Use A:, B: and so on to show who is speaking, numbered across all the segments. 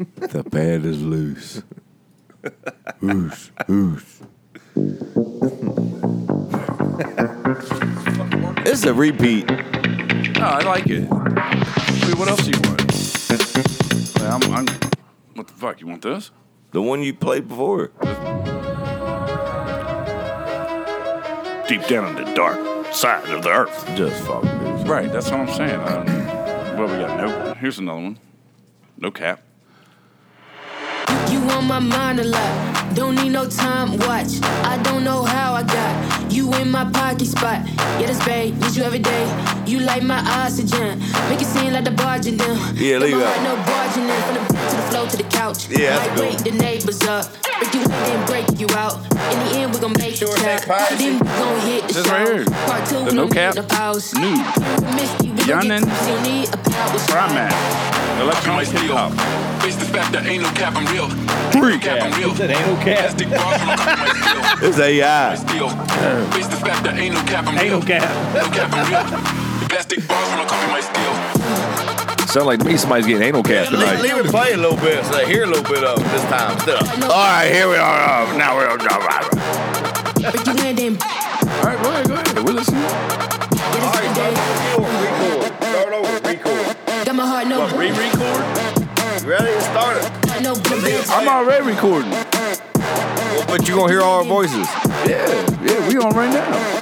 A: The pad is loose. Whoosh, whoosh.
B: This is a repeat.
C: No, I like it. I mean, what else do you want? Like, I'm, I'm, what the fuck? You want this?
B: The one you played before.
C: Deep down in the dark side of the earth.
B: Just fuck me.
C: Right, that's what I'm saying. Um, well, we got no. Here's another one. No cap.
D: You on my mind a lot. Don't need no time watch. I don't know how I got you in my pocket spot. Yeah, this babe, need you every day. You like my oxygen. Make it seem like the barging them.
B: Yeah, leave
D: Don't
B: that.
D: mind No barging in. From the to the floor to the couch.
B: Yeah, that's
D: Might
B: good.
D: wake the neighbors up. Break you in, then break you out. In the end, we gon' make
E: Sure,
D: it
E: that
D: clap.
E: pie
D: Then we gon' hit the
C: This right
D: show.
C: here.
D: Part two,
C: The
D: we
C: no
D: don't
C: cap.
D: need a pause.
C: Nude.
D: Misty, we gon' get
C: Yannin.
D: tipsy, need a power
C: Where I'm
D: slide.
C: at. Electronic hip hop.
F: Face the fact that ain't no cap, I'm real.
C: Three.
F: Cap, I'm real.
E: That ain't no cap.
F: Plastic bars when I'm coming like
B: This AI.
F: steel. Steel. Face the fact that ain't no cap, I'm
E: Ain't
F: real.
E: no cap.
F: No cap, I'm real. Plastic bars when I'm coming like steel.
G: Sound like to me somebody's getting anal cap
D: Leave-
G: tonight.
D: leave it
B: play a little bit so they hear a little bit of this time. Still.
D: No
G: All right, here we are. Uh, now we're on.
D: Break you in, then
C: All right, go ahead, go ahead. We're listening.
D: All right,
A: Record. Start over. Record.
D: Got my heart no
C: Re record?
A: Ready? Start it.
D: no good
C: I'm already recording.
B: But you gonna hear all our voices.
C: Yeah, yeah, we on right now.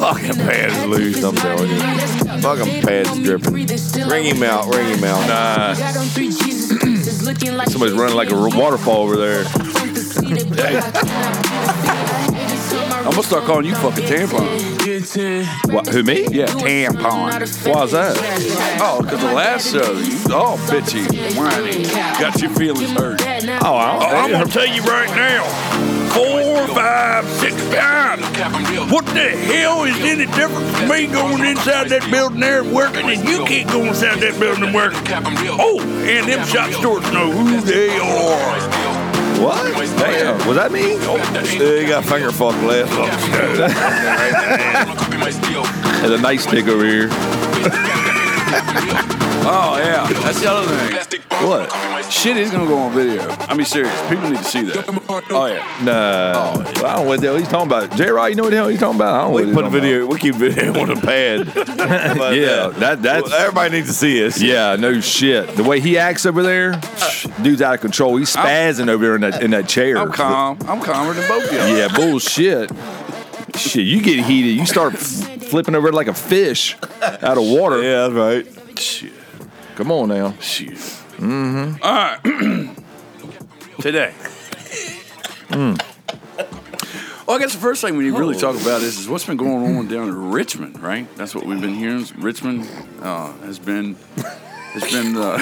D: Fucking
G: pads loose, I'm telling you.
B: Fucking pads dripping. Ring him out. Ring him out.
G: Nah. Somebody's running like a r- waterfall over there.
D: I'm
C: gonna start calling you fucking tampon.
G: What, who, me?
C: Yeah, tampon.
G: Why's that?
C: Oh, because the last show, you all bitchy, whiny, got your feelings hurt.
G: Oh, I don't
C: I'm gonna tell you right now. Four, five, six, five.
F: Cap, I'm real.
C: What the hell is any different from me going inside that building there and working and you can't go inside that building and work?
F: Cap, I'm real.
C: Oh, and them shop stores know who they are.
B: What? Damn. Was that me? Yeah, you got finger fuck left.
G: There's a nice stick over here.
C: Oh, yeah. That's the other thing.
B: What?
C: Shit is gonna go on video. I mean, serious. People need to see that. Oh, yeah.
G: Nah. Well, I don't know what the hell he's talking about. J Rod, you know what the hell he's talking about? I don't know what
B: We
G: he's
B: put a
G: talking
B: video. We keep video on the pad. But,
G: Yeah,
B: uh,
G: that- that's-
B: everybody needs to see us.
G: about. Yeah, no shit. The way he acts over there,
C: Uh,
G: dude's out of control. He's spazzing over there in that, in that chair.
C: I'm calm. I'm calmer than both of you.
G: Yeah, bullshit. shit, you get heated. You start f- flipping over like a fish out of water.
B: Yeah, that's right.
C: Shit.
G: Come on now.
C: Shit. Mm-hmm. All right. Today. Mm. Well, I guess the first thing we need to really talk about is, is what's been going on down in Richmond, right? That's what we've been hearing. Richmond uh, has been has been uh,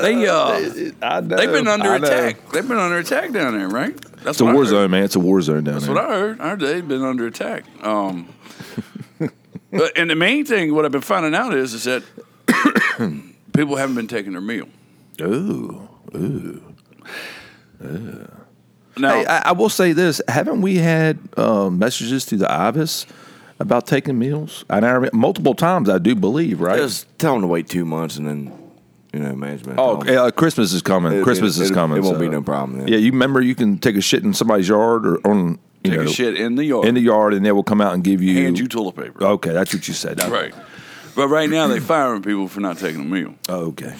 C: they uh,
G: I know.
C: they've been under
G: I know.
C: attack. They've been under attack down there, right? That's
G: It's a
C: what I
G: war
C: heard.
G: zone, man. It's a war zone down
C: That's
G: there.
C: what I heard. I heard they've been under attack. Um, but, and the main thing, what I've been finding out is, is that people haven't been taking their meal.
G: Ooh.
C: Now,
G: Hey, I, I will say this: Haven't we had uh, messages to the Ivis about taking meals? And I remember, multiple times, I do believe, right?
B: Just tell them to wait two months and then, you know, management.
G: oh,
C: Um,
B: tell 'em.
G: uh, Christmas is coming.
B: It-
G: Christmas
B: it-
G: is
B: it-
G: coming.
B: it won't
G: so-
B: be no problem then.
G: Yeah, you remember you can take a shit in somebody's yard or on you
C: take
G: know
C: a shit in the yard,
G: in the yard, and they will come out and give you
C: hand you toilet paper.
G: Okay, that's what you said. I-
C: Right. But right now, they're firing people for not taking a meal.
G: Oh, okay.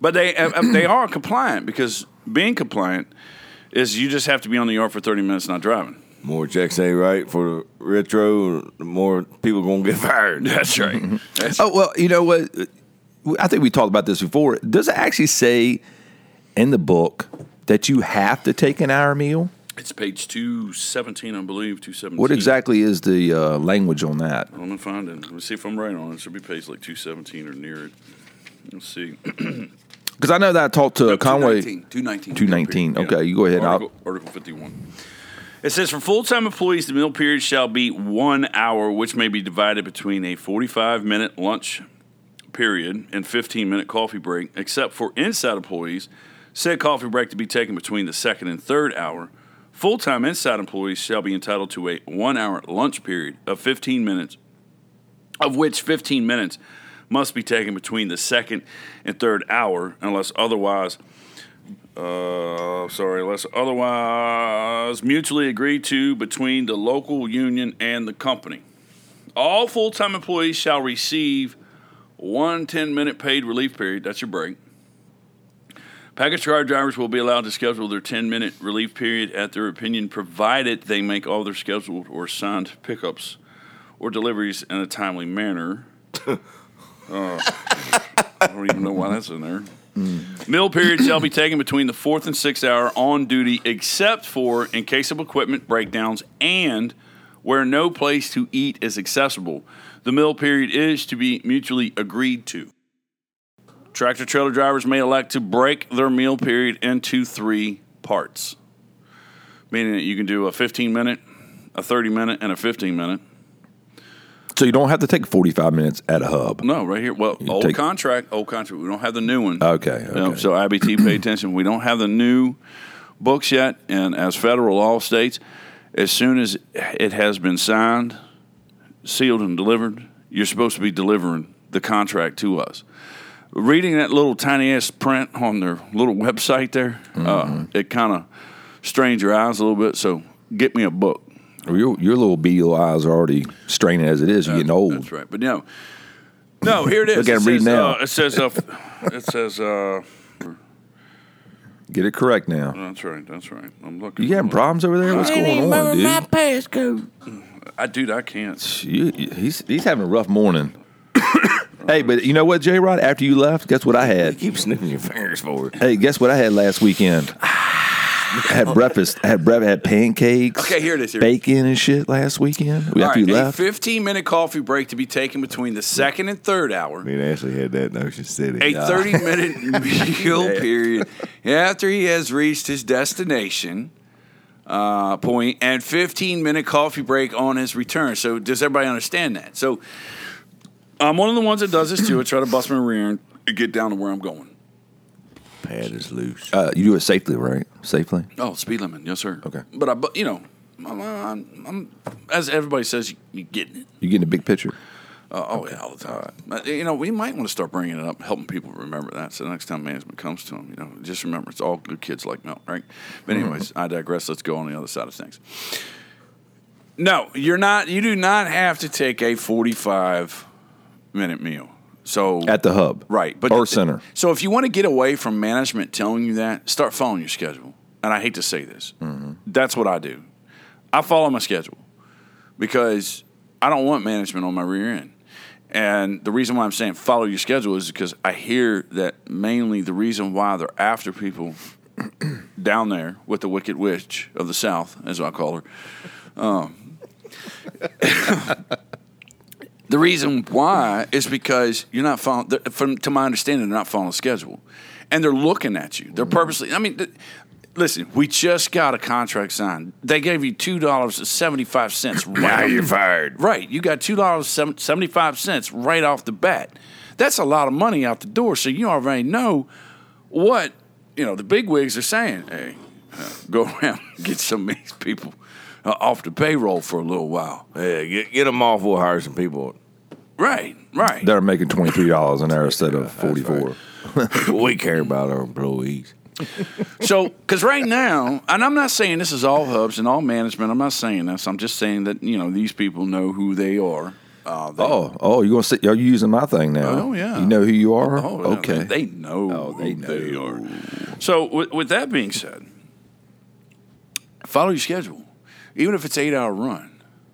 C: But they uh, uh, they are compliant because being compliant is you just have to be on the yard for 30 minutes not driving.
B: More checks, say right for the retro. the More people gonna get fired.
C: That's right. That's
G: Oh well, you know what? I think we talked about this before. Does it actually say in the book that you have to take an hour meal?
C: It's page 217, I believe, 217.
G: What exactly is the uh, language on that?
C: I'm gonna find it. Let's see if I'm right on it. It should be page like 217 or near it. Let's see.
G: Because I know that I talked to Conway.
C: 219. 219.
G: 219. Okay, you go ahead. I'll-
C: Article, Article 51. It says for full time employees, the meal period shall be one hour, which may be divided between a 45 minute lunch period and 15 minute coffee break, except for inside employees. Said coffee break to be taken between the second and third hour. Full time inside employees shall be entitled to a one hour lunch period of 15 minutes, of which 15 minutes must be taken between the second and third hour unless otherwise uh, sorry, unless otherwise mutually agreed to between the local union and the company. All full time employees shall receive one 10 minute paid relief period. That's your break. Package car drivers will be allowed to schedule their 10 minute relief period at their opinion, provided they make all their scheduled or signed pickups or deliveries in a timely manner. Uh, I don't even know why that's in there. Meal period shall be taken between the fourth and sixth hour on duty, except for in case of equipment breakdowns and where no place to eat is accessible. The meal period is to be mutually agreed to. Tractor trailer drivers may elect to break their meal period into three parts, meaning that you can do a 15 minute, a 30 minute, and a 15 minute.
G: So you don't have to take 45 minutes at a hub.
C: No, right here. Well, old
G: take-
C: contract, old contract. We don't have the new one.
G: Okay,
C: You know,
G: okay.
C: so IBT, pay attention. We don't have the new books yet, and as federal law states, as soon as it has been signed, sealed, and delivered, you're supposed to be delivering the contract to us. Reading that little tiny ass print on their little website there,
G: Mm-hmm.
C: uh, it kind of strains your eyes a little bit. So get me a book.
G: Your, your little beady eyes are already straining as it is. You're getting old.
C: That's right. But no, no. Here it is.
G: Look at
C: it
G: him reading
C: says,
G: now.
C: Uh, it says. Uh, f- it says. Uh,
G: Get it correct now.
C: that's right. That's right. I'm looking.
G: You having problems over there? What's going on, dude?
C: I dude, I can't.
G: You- you- he's he's having a rough morning. hey, but you know what, J Rod? After you left, guess what I had?
B: Keep sniffing your fingers forward.
G: Hey, guess what I had last weekend? I had breakfast. I had breakfast. Had pancakes.
C: Okay, here it is, here it is.
G: Bacon and shit last weekend. After you
C: a
G: left,
C: 15 minute coffee break to be taken between the second and third hour.
B: Me and Ashley had that in Ocean City.
C: A
B: Nah.
C: 30 minute meal period after he has reached his destination uh, point and 15 minute coffee break on his return. So, does everybody understand that? So, I'm one of the ones that does this too. I try to bust my rear and get down to where I'm going.
B: Pad is loose.
G: uh, you do it safely, right? Safely.
C: Oh, speed limit. Yes, sir.
G: Okay.
C: But, I, but you know, I'm, I'm, I'm, as everybody says, you- you're getting it.
G: You getting a big picture?
C: Uh, oh yeah, all the time. But, You know, we might want to start bringing it up, helping people remember that. So the next time management comes to them, you know, just remember it's all good kids like milk, right? But
G: Mm-hmm.
C: anyways, I digress. Let's go on the other side of things. No, you're not. You do not have to take a 45 minute meal. So
G: At the hub,
C: right, but
G: or center.
C: So if you want to get away from management telling you that, start following your schedule. And I hate to say this,
G: Mm-hmm.
C: that's what I do. I follow my schedule because I don't want management on my rear end. And the reason why I'm saying follow your schedule is because I hear that mainly the reason why they're after people down there with the Wicked Witch of the South, as I call her. The reason why is because you're not following. they're- From to my understanding, they're not following the schedule, and they're looking at you. They're purposely. I mean, th- listen, we just got a contract signed. They gave you two dollars and seventy five cents. Now you're fired. Right, you got two dollars seventy five cents right off the bat. That's a lot of money out the door. So you already know what you know. The big wigs are saying, "Hey, uh, go around and get some of these people uh, off the payroll for a little while."
B: Yeah, get, get them off. We'll hire some people.
C: Right, right.
G: They're making twenty three dollars an hour instead of forty four.
B: we care about our employees.
C: So, because right now, and I'm not saying this is all hubs and all management. I'm not saying this. I'm just saying that you know these people know who they are. Uh, they,
G: Oh, oh, you gonna sit? Are you using my thing now?
C: Oh, yeah.
G: You know who you are?
C: Oh, no,
G: okay.
C: they know.
G: Oh,
C: they
G: they
C: know. They are. So, with, with that being said, follow your schedule. Even if it's eight hour run,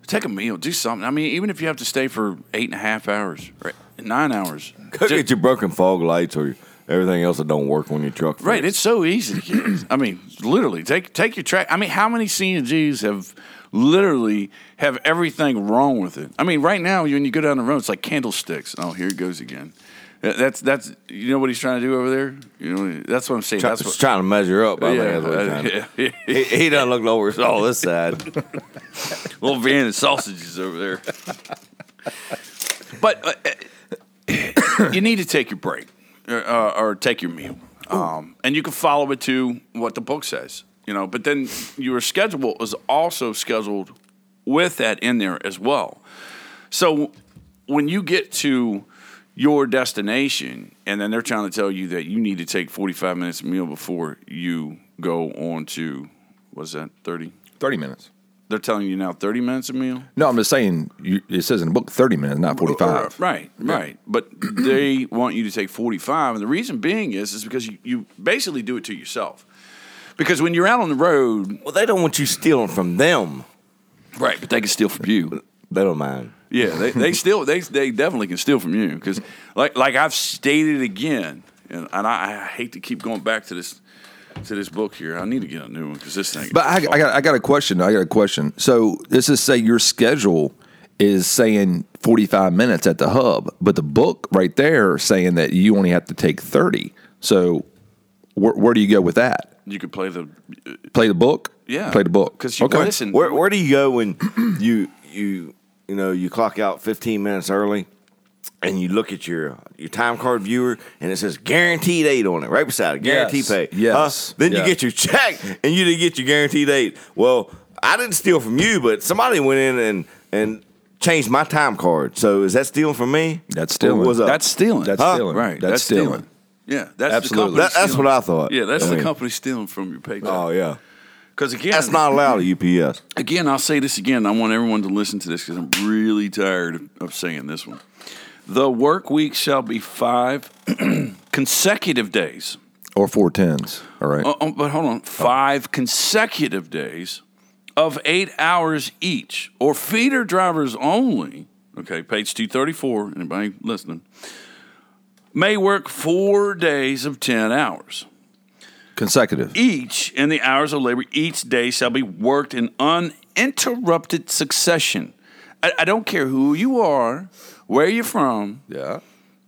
C: take a meal, do something. I mean, even if you have to stay for eight and a half hours, or nine hours,
B: Go get your broken fog lights or everything else that don't work on your truck. fixed.
C: Right, it's so easy to get. I mean, literally, take take your track. I mean, how many CNGs have literally have everything wrong with it? I mean, right now, when you go down the road, it's like candlesticks. Oh, here it goes again. That- That's that's you know what he's trying to do over there. You know that's what I'm saying.
B: Try,
C: that's what.
B: trying to measure up. I
C: yeah,
B: think that's what he's trying to-
C: uh, yeah.
B: he, he done looked over his all this side.
C: little Vienna sausages over there. but uh, uh, you need to take your break or, uh, or take your meal, um, and you can follow it to what the book says, you know. But then your schedule is also scheduled with that in there as well. So when you get to your destination, and then they're trying to tell you that you need to take 45 minutes meal before you go on to what's that 30?
G: Thirty minutes.
C: They're telling you now 30 minutes a meal.
G: No, I'm just saying. You, it says in the book thirty minutes, not
C: uh,
G: forty-five.
C: Right, right. But they want you to take 45. And the reason being is, is because you, you basically do it to yourself. Because when you're out on the road,
B: Well, they don't want you stealing from them.
C: right, but they can steal from you.
B: They don't mind.
C: Yeah, they, they still they they definitely can steal from you because like like I've stated again, and, and I, I hate to keep going back to this to this book here. I need to get a new one because this thing.
G: But I, I got I got a question. I got a question. So this is say your schedule is saying forty five minutes at the hub, but the book right there saying that you only have to take thirty. So where, where do you go with that?
C: you could play the
G: Play the book.
C: yeah
G: Play the book.
C: because you listen.
B: Where Where do you go when you you you know you clock out 15 minutes early, and you look at your your time card viewer and it says guaranteed eight on it right beside it, guaranteed
G: Yes.
B: pay.
G: Yes.
B: Huh? Then
G: Yeah.
B: you get your check and you didn't get your guaranteed eight. Well, I didn't steal from you, but somebody went in and and changed my time card. So is that stealing from me?
G: That's stealing.
B: What was up?
C: that's stealing.
G: That's
B: Huh?
G: stealing.
C: right.
G: That's, stealing.
C: Yeah, that's The company
G: Absolutely.
B: That- that's
C: stealing.
B: what I thought.
C: Yeah, that's
B: I
C: the
B: mean,
C: company stealing from your paycheck.
B: Oh yeah,
C: Because again,
B: that's not allowed at UPS.
C: again, I'll say this again. I want everyone to listen to this because I'm really tired of, of saying this one. The work week shall be five consecutive days.
G: Or four tens. All right.
C: Uh, uh, but hold on, five consecutive days of eight hours each, or feeder drivers only. Okay, page two thirty four. Anybody listening? May work four days of ten hours
G: Consecutive.
C: e- each, and the hours of labor each day shall be worked in uninterrupted succession. I, I don't care who you are, where you're from.
G: Yeah.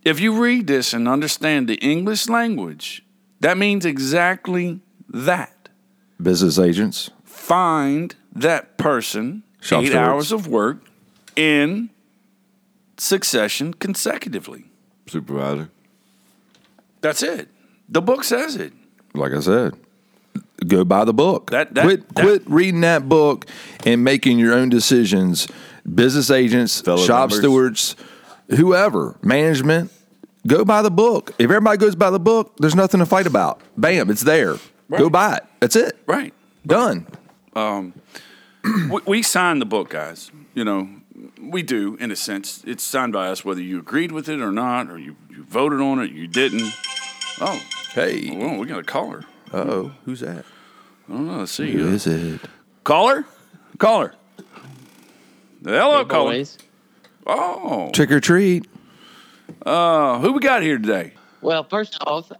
C: If you read this and understand the English language, that means exactly that.
G: Business agents.
C: find that person
G: Shop
C: eight
G: stewards.
C: hours of work in succession consecutively.
B: Supervisor.
C: That's it. The book says it.
G: like I said, go buy the book.
C: That- that-
G: quit
C: that-
G: quit reading that book and making your own decisions. Business agents,
B: Fellow
G: shop
B: members.
G: stewards, whoever, management, go buy the book. If everybody goes by the book, there's nothing to fight about. Bam, it's there. Go
C: Right.
G: buy it. That's it.
C: Right.
G: Done.
C: We, we signed the book, guys. You know, we do in a sense. It's signed by us, whether you agreed with it or not, or you, you voted on it, you didn't. Oh,
G: Hey.
C: well, we got a caller.
G: Oh, who's that?
C: I don't know. Let's see.
G: Who
C: Uh,
G: is it?
C: Caller? Caller. Hello, caller.
E: boys.
C: Oh,
G: Trick or treat.
C: uh, who we got here today?
E: Well, first off,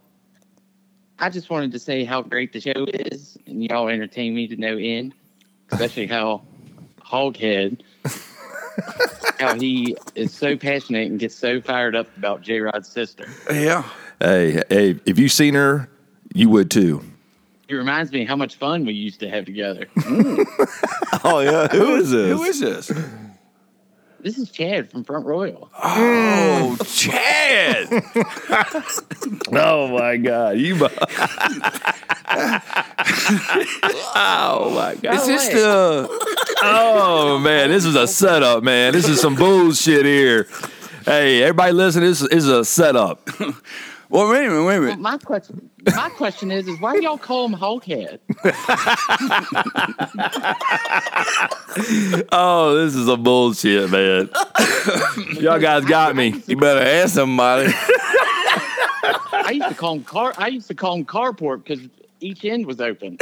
E: I just wanted to say how great the show is, and y'all entertain me to no end, especially how Hoghead, how he is so passionate and gets so fired up about J Rod's sister.
C: Yeah.
G: Hey, hey, if you seen her, you would too.
E: He reminds me how much fun we used to have together.
B: Oh yeah, who is this?
C: Who is this?
E: this is Chad from Front Royal.
C: Oh, Chad!
G: Oh my God. You Oh my God.
C: Is this the?
G: Oh man, this is a setup, man. This is some bullshit here. Hey, everybody, listen. This is a setup.
C: Well, wait a minute, wait a minute.
E: My question, my question is, is why do y'all call him Hoghead?
G: Oh, this is a bullshit, man. Y'all guys got me.
B: You better ask somebody.
E: I used to call him car. I used to call him carport because each end was open.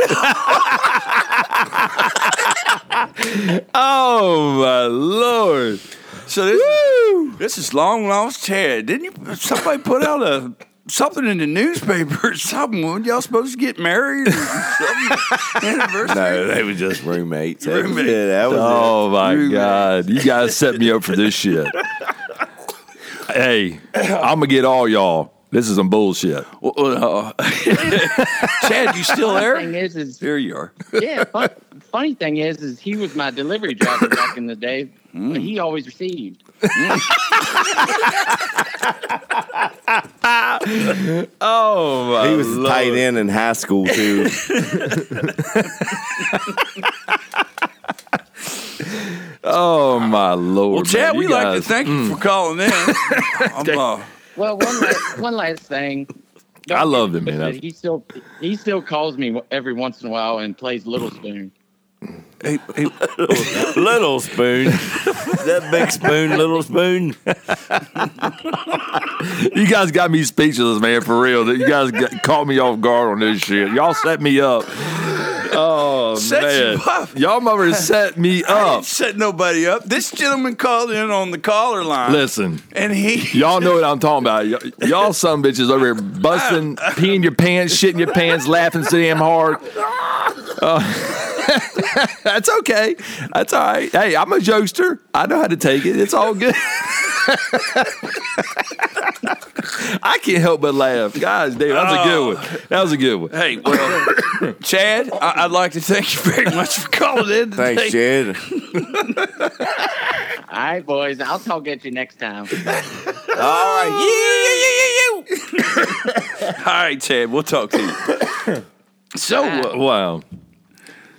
G: Oh my lord.
C: So this, this is long lost Chad. Didn't you? Somebody put out a something in the newspaper or something. Weren't y'all supposed to get married? Or something? Anniversary.
B: No, they were just roommates. That was
C: Roommates.
B: it. That was it.
G: Oh my god. You guys set me up for this shit. Hey, I'm gonna get all y'all. This is some bullshit.
C: Well, well, uh, Chad, you still
E: thing
C: there?
E: is, is
C: Here you are.
E: yeah. Fun, funny thing is, is he was my delivery driver back in the day. But
G: Mm.
E: he always received.
G: Oh my.
B: He was a tight end in high school too.
G: Oh my lord.
C: Well, Chad,
G: man.
C: we
G: You
C: like to
G: guys-
C: thank you for calling in. I'm, uh,
E: Well, one last, one last thing. Don't
G: I loved
E: get
G: him, man.
E: twisted.
G: I-
E: He still he still calls me every once in a while and plays Little Spoon.
C: Hey, hey,
B: little spoon. that big spoon, little spoon.
G: You guys got me speechless, man, for real. You guys got, caught me off guard on this shit. Y'all set me up. Oh,
C: Set
G: man.
C: you up.
G: Y'all mother set me
C: I
G: up.
C: didn't set nobody up. This gentleman called in on the caller line,
G: Listen,
C: and he
G: y'all know what I'm talking about. Y- y'all some bitches over here busting, peeing your pants, shitting your pants, laughing so damn hard. Uh, that's okay. That's all right. Hey, I'm a jokester. I know how to take it. It's all good. I can't help but laugh. Guys, dude, that was a good one. That was a good one.
C: Hey, well, Chad, I- I'd like to thank you very much for calling in. Today.
B: Thanks, Jed.
E: All right, boys, I'll talk at you next time.
B: All right. Yeah, yeah, yeah, yeah, yeah.
C: All right, Chad, we'll talk to you. So, uh,
G: Wow.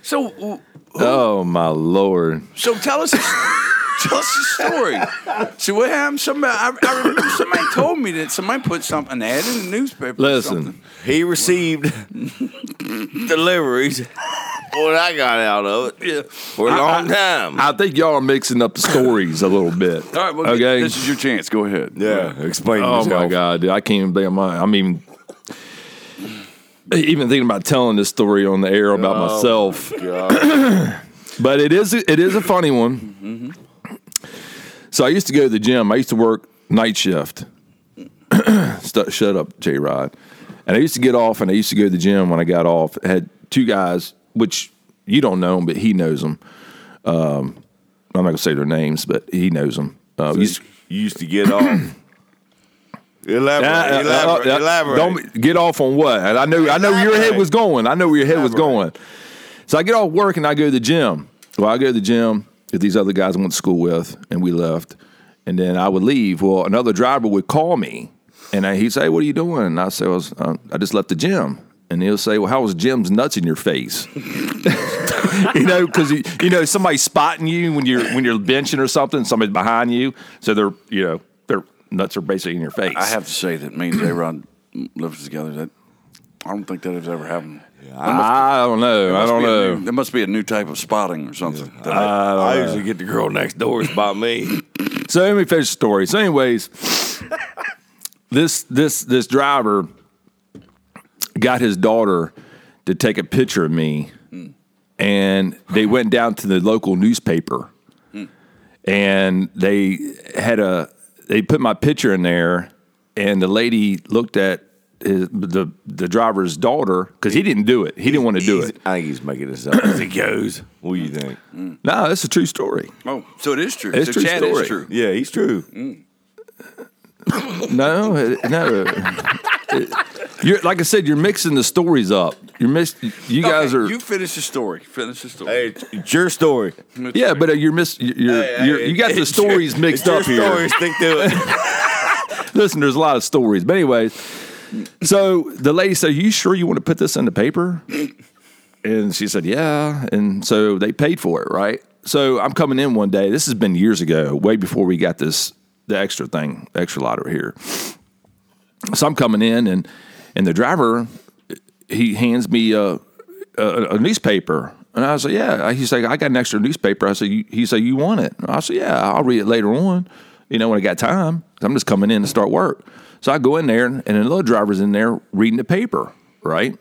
C: so, uh,
G: Oh my lord.
C: so, tell us, tell us the story. So, what happened? Somebody, I, I remember somebody told me that somebody put something an ad in the newspaper. or something.
G: Listen,
B: He received deliveries when I got out of it
C: yeah.
B: for a long time.
G: I think y'all are mixing up the stories a little bit.
C: All right, well,
G: okay.
C: This is your chance. Go ahead.
B: yeah, explain
G: Oh
B: yourself.
G: my god, dude! I can't even think of my. I'm even even thinking about telling this story on the air about myself. but it is it is a funny one. So I used to go to the gym. I used to work night shift. Stu- Shut up, J Rod. And I used to get off, and I used to go to the gym when I got off. I had two guys, which you don't know them, but he knows them. Um, I'm not gonna say their names, but he knows them. Uh, used-
B: You used to get off. elaborate,
G: uh, uh,
B: elaborate,
G: uh, uh,
B: elaborate.
G: Don't get off on what? And I know, I know where your head
B: Elaborate.
G: was going. I know where your head was going. So I get off work and I go to the gym. Well, I go to the gym with these other guys I went to school with, and we left. And then I would leave. Well, another driver would call me, and I, he'd say, "What are you doing?" And I say, I, was, uh, "I just left the gym." And he'll say, "Well, how was Jim's nuts in your face?" you know, because you know somebody's spotting you when you're when you're benching or something. Somebody's behind you, so they're you know their nuts are basically in your face.
C: I have to say that me and J Rod lived together. That I don't think that has ever happened.
G: I don't know. I
C: Must
G: don't
C: be a
G: know.
C: new- there must be a new type of spotting or something. That I-
B: I usually get the girl next door by me.
G: So let me finish the story. So, anyways, this this this driver got his daughter to take a picture of me, and they went down to the local newspaper, and they had a they put my picture in there, and the lady looked at. His, the the driver's daughter because he didn't do it he didn't want to do
B: He's-
G: it
B: I think he's making this up as he goes. What do you think?
G: no that's a true story
C: oh, so it is true.
G: It's
C: so
G: true
C: Chad
G: story.
C: is true.
B: Yeah, he's true.
G: No, it- no. It- you're like I said, you're mixing the stories up. You're mis- You guys
C: Okay,
G: are.
C: You finish the story. Finish the story.
B: Hey, it's- it's your story.
G: yeah, but uh, you're mis. You're, you're, you got the
B: It's your-
G: stories mixed
B: it's your
G: up here.
B: story. Stick to it.
G: Listen, there's a lot of stories, but anyways. So the lady said, "You sure you want to put this in the paper?" And she said, "Yeah." And so they paid for it, right? So I'm coming in one day. This has been years ago, way before we got this the extra thing, the extra lottery here. So I'm coming in, and and the driver he hands me a, a, a newspaper. And I said, yeah. He's like, I got an extra newspaper. I said, you, he said, you want it? I said, yeah, I'll read it later on, you know, when I got time. 'Cause I'm just coming in to start work. So I go in there, and another driver's in there reading the paper, right?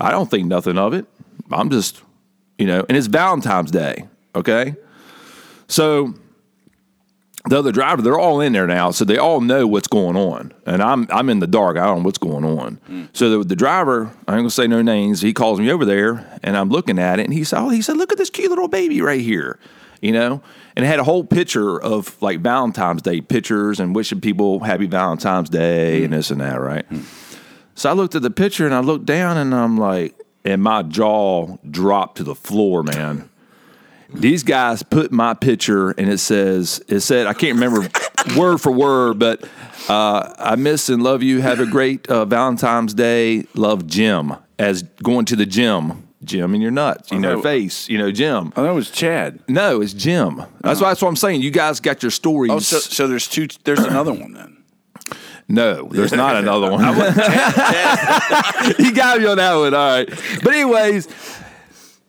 G: I don't think nothing of it. I'm just, you know, and it's Valentine's Day, okay? So the other driver, they're all in there now, so they all know what's going on. And I'm I'm in the dark. I don't know what's going on. So the, the driver, I ain't gonna say no names. He calls me over there, and I'm looking at it, and he said, oh, he said, look at this cute little baby right here, you know. And it had a whole picture of like Valentine's Day pictures and wishing people happy Valentine's Day and this and that, right? So I looked at the picture and I looked down and I'm like, and my jaw dropped to the floor, man. These guys put my picture and it says, it said, I can't remember word for word, but uh, I miss and love you. Have a great uh, Valentine's Day. Love Jim as going to the gym. Jim in your nuts, you know,
C: know.
G: face, you know, Jim.
C: Oh, that was Chad.
G: No, it's Jim. That's why. That's what I'm saying. You guys got your stories.
C: Oh, so, so there's two. There's another one then.
G: No, there's not another one. you got me on that one. All right. But anyways,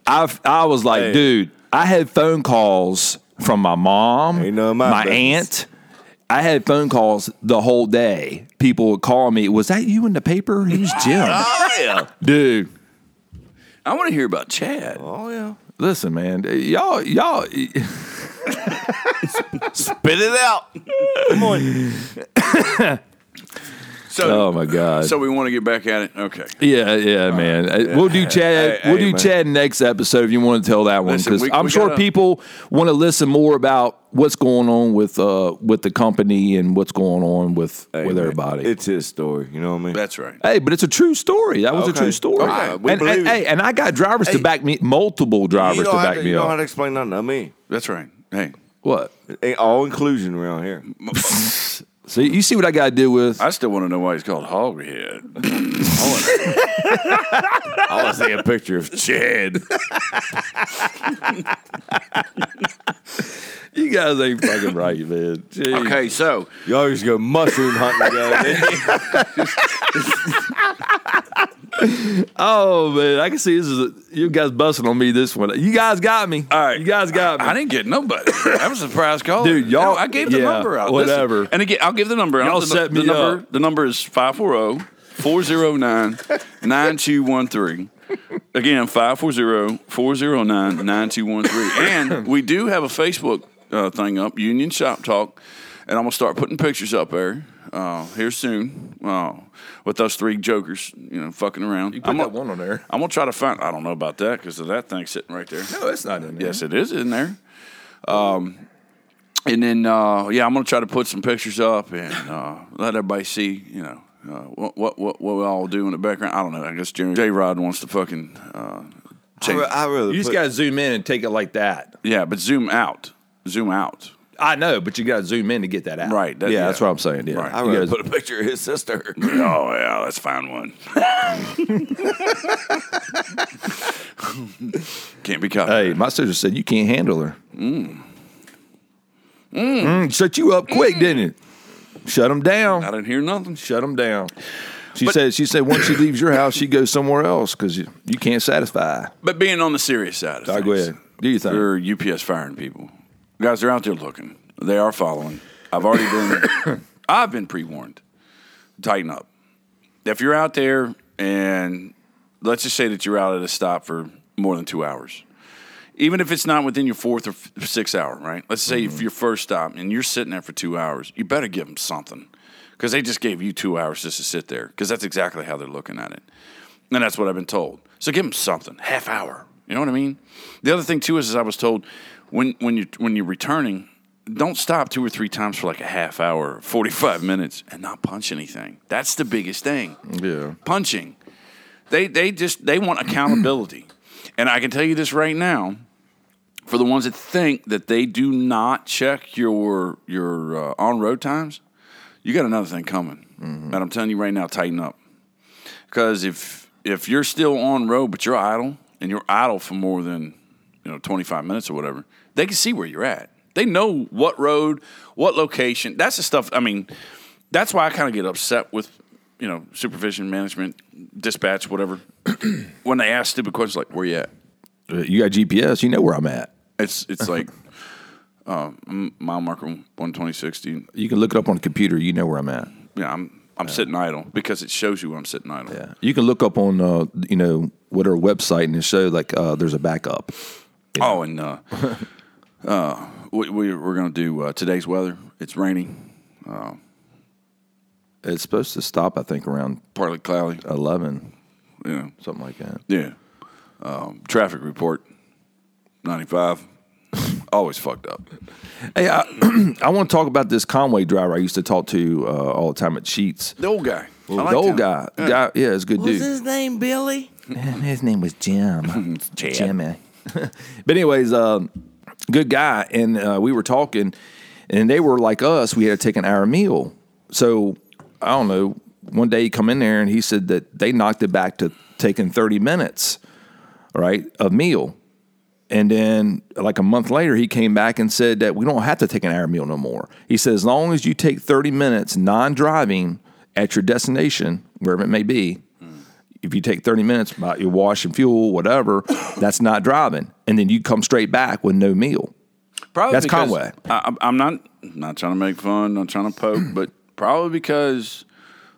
G: I I was like,
B: Hey.
G: dude, I had phone calls from my mom,
B: Ain't none of my business.
G: aunt. I had phone calls the whole day. People would call me. Was that you in the paper? Who's Jim?
C: Oh yeah.
G: dude,
C: I want to hear about Chad.
B: Oh yeah.
G: listen, man, y'all, y'all,
B: Spit it out. Come on.
C: So
G: oh my god.
C: so we want to get back at it. Okay.
G: Yeah, yeah, man. Uh, We'll do Chad.
B: Hey,
G: we'll
B: hey,
G: do
B: man.
G: Chad next episode if you want to tell that one
C: Listen,
G: because
C: we-
G: I'm
C: we
G: sure
C: gotta-
G: people want to listen more about what's going on with uh with the company and what's going on with
B: Hey,
G: with
B: man,
G: everybody.
B: It's his story. You know what I mean?
C: That's right.
G: hey, but it's a true story. That was a
B: Okay.
G: true story.
B: Okay, we
G: and,
B: believe
G: and,
B: it.
G: hey, and I got drivers to
B: Hey.
G: back me, multiple drivers
B: you
G: to
B: don't have
G: back
B: to,
G: me
B: you don't
G: up.
B: have to explain nothing. I mean,
C: That's right. Hey.
G: What?
B: it ain't all inclusion around here.
G: So you see what I got to deal with?
C: I still want to know why he's called Hoghead.
B: I want to see a picture of Chad.
G: you guys ain't fucking right, man. Jeez.
C: Okay, so
B: Y'all used to go mushroom hunting together. didn't you?
G: Oh man, I can see this is a, you guys busting on me this one. You guys got me.
C: all right,
G: you guys got me.
C: I, I didn't get nobody. I was surprised call.
G: Dude, y'all-
C: I gave the
G: yeah,
C: number out. Listen,
G: whatever.
C: and again, I'll give the number out.
G: Y'all
C: the,
G: set
C: the
G: me
C: number,
G: up.
C: The number is oh, 540 409 9213. Again, oh, 540 409 9213. And we do have a Facebook uh, thing up, Union Shop Talk. And I'm going to start putting pictures up there uh, here soon uh, with us three jokers, you know, fucking around. You
G: I'm one on there.
C: I'm gonna try to find. I don't know about that because of that thing sitting right there.
G: No, it's not in there.
C: Yes, it is in there. Um, and then uh, yeah, I'm gonna try to put some pictures up and uh, let everybody see. You know. Uh, what, what what what we all do in the background? I don't know. I guess Jerry J Rod wants to fucking uh,
B: I
C: change.
B: re- I really
G: You just
B: put-
G: gotta zoom in and take it like that.
C: yeah, but zoom out, zoom out.
G: I know, but you gotta zoom in to get that out.
C: Right, that-
G: yeah,
C: yeah.
G: that's what I'm saying. Yeah.
C: Right.
B: I
G: You
B: really
G: guys-
B: put a picture of his sister.
C: oh yeah, let's find one. Can't be caught.
G: hey, my sister said you can't handle her. Mm. Mm, shut you up quick, didn't it? Shut them
C: I
G: down.
C: didn't hear nothing.
G: Shut them down. She said. She said once she leaves your house, she goes somewhere else because you, you can't satisfy.
C: But being on the serious side, of
G: I go
C: things,
G: ahead. Do your thing.
C: They're UPS firing people. Guys, they're out there looking. They are following. I've already been. I've been pre-warned. Tighten up. If you're out there and let's just say that you're out at a stop for more than two hours, even if it's not within your fourth or f- sixth hour, right? Let's say if your first stop and you're sitting there for two hours, you better give them something because they just gave you two hours just to sit there because that's exactly how they're looking at it. And that's what I've been told. So give them something, half hour. You know what I mean? The other thing too is, is I was told when when you when you're returning, don't stop two or three times for like a half hour, forty five minutes, and not punch anything. That's the biggest thing.
G: Yeah.
C: punching. They they just they want accountability, and I can tell you this right now. For the ones that think that they do not check your your uh, on road times, you got another thing coming. And I'm telling you right now, tighten up. Because if if you're still on road but you're idle and you're idle for more than you know 25 minutes or whatever, they can see where you're at. They know what road, what location. That's the stuff. I mean, that's why I kind of get upset with you know supervision, management, dispatch, whatever. when they ask stupid questions like, "Where you at?"
G: Uh, You got GPS. You know where I'm at.
C: It's it's like um, mile marker 12060.
G: You can look it up on the computer. You know where I'm at.
C: Yeah, I'm I'm sitting idle because it shows you I'm sitting idle.
G: Yeah, you can look up on uh, you know what our website and it show like uh, there's a backup.
C: Oh, and uh, uh, we, we, we're going to do uh, today's weather. It's raining,
G: It's supposed to stop, I think, around
C: partly cloudy. uh,
G: eleven,
C: You know,
G: something like that.
C: yeah. Um, traffic report, ninety five. Always fucked up.
G: Hey, I, I want to talk about this Conway driver I used to talk to uh, all the time at Sheets.
C: The old guy. I
G: the
C: liked
G: old
C: him.
G: guy, yeah. guy, yeah, it's a good dude.
B: name Billy?
G: His name was Jim. Jimmy. but anyways, um, good guy, and uh, we were talking, and they were like us. We had to take an hour meal, so I don't know. One day he come in there and he said that they knocked it back to taking thirty minutes, right, of meal. And then, like a month later, he came back and said that we don't have to take an hour meal no more. He said, as long as you take 30 minutes non driving at your destination, wherever it may be, if you take 30 minutes about your wash and fuel, whatever, that's not driving. And then you come straight back with no meal.
C: Probably
G: That's
C: because-
G: Conway.
C: I, I'm- I'm not not trying to make fun, not trying to poke, but probably because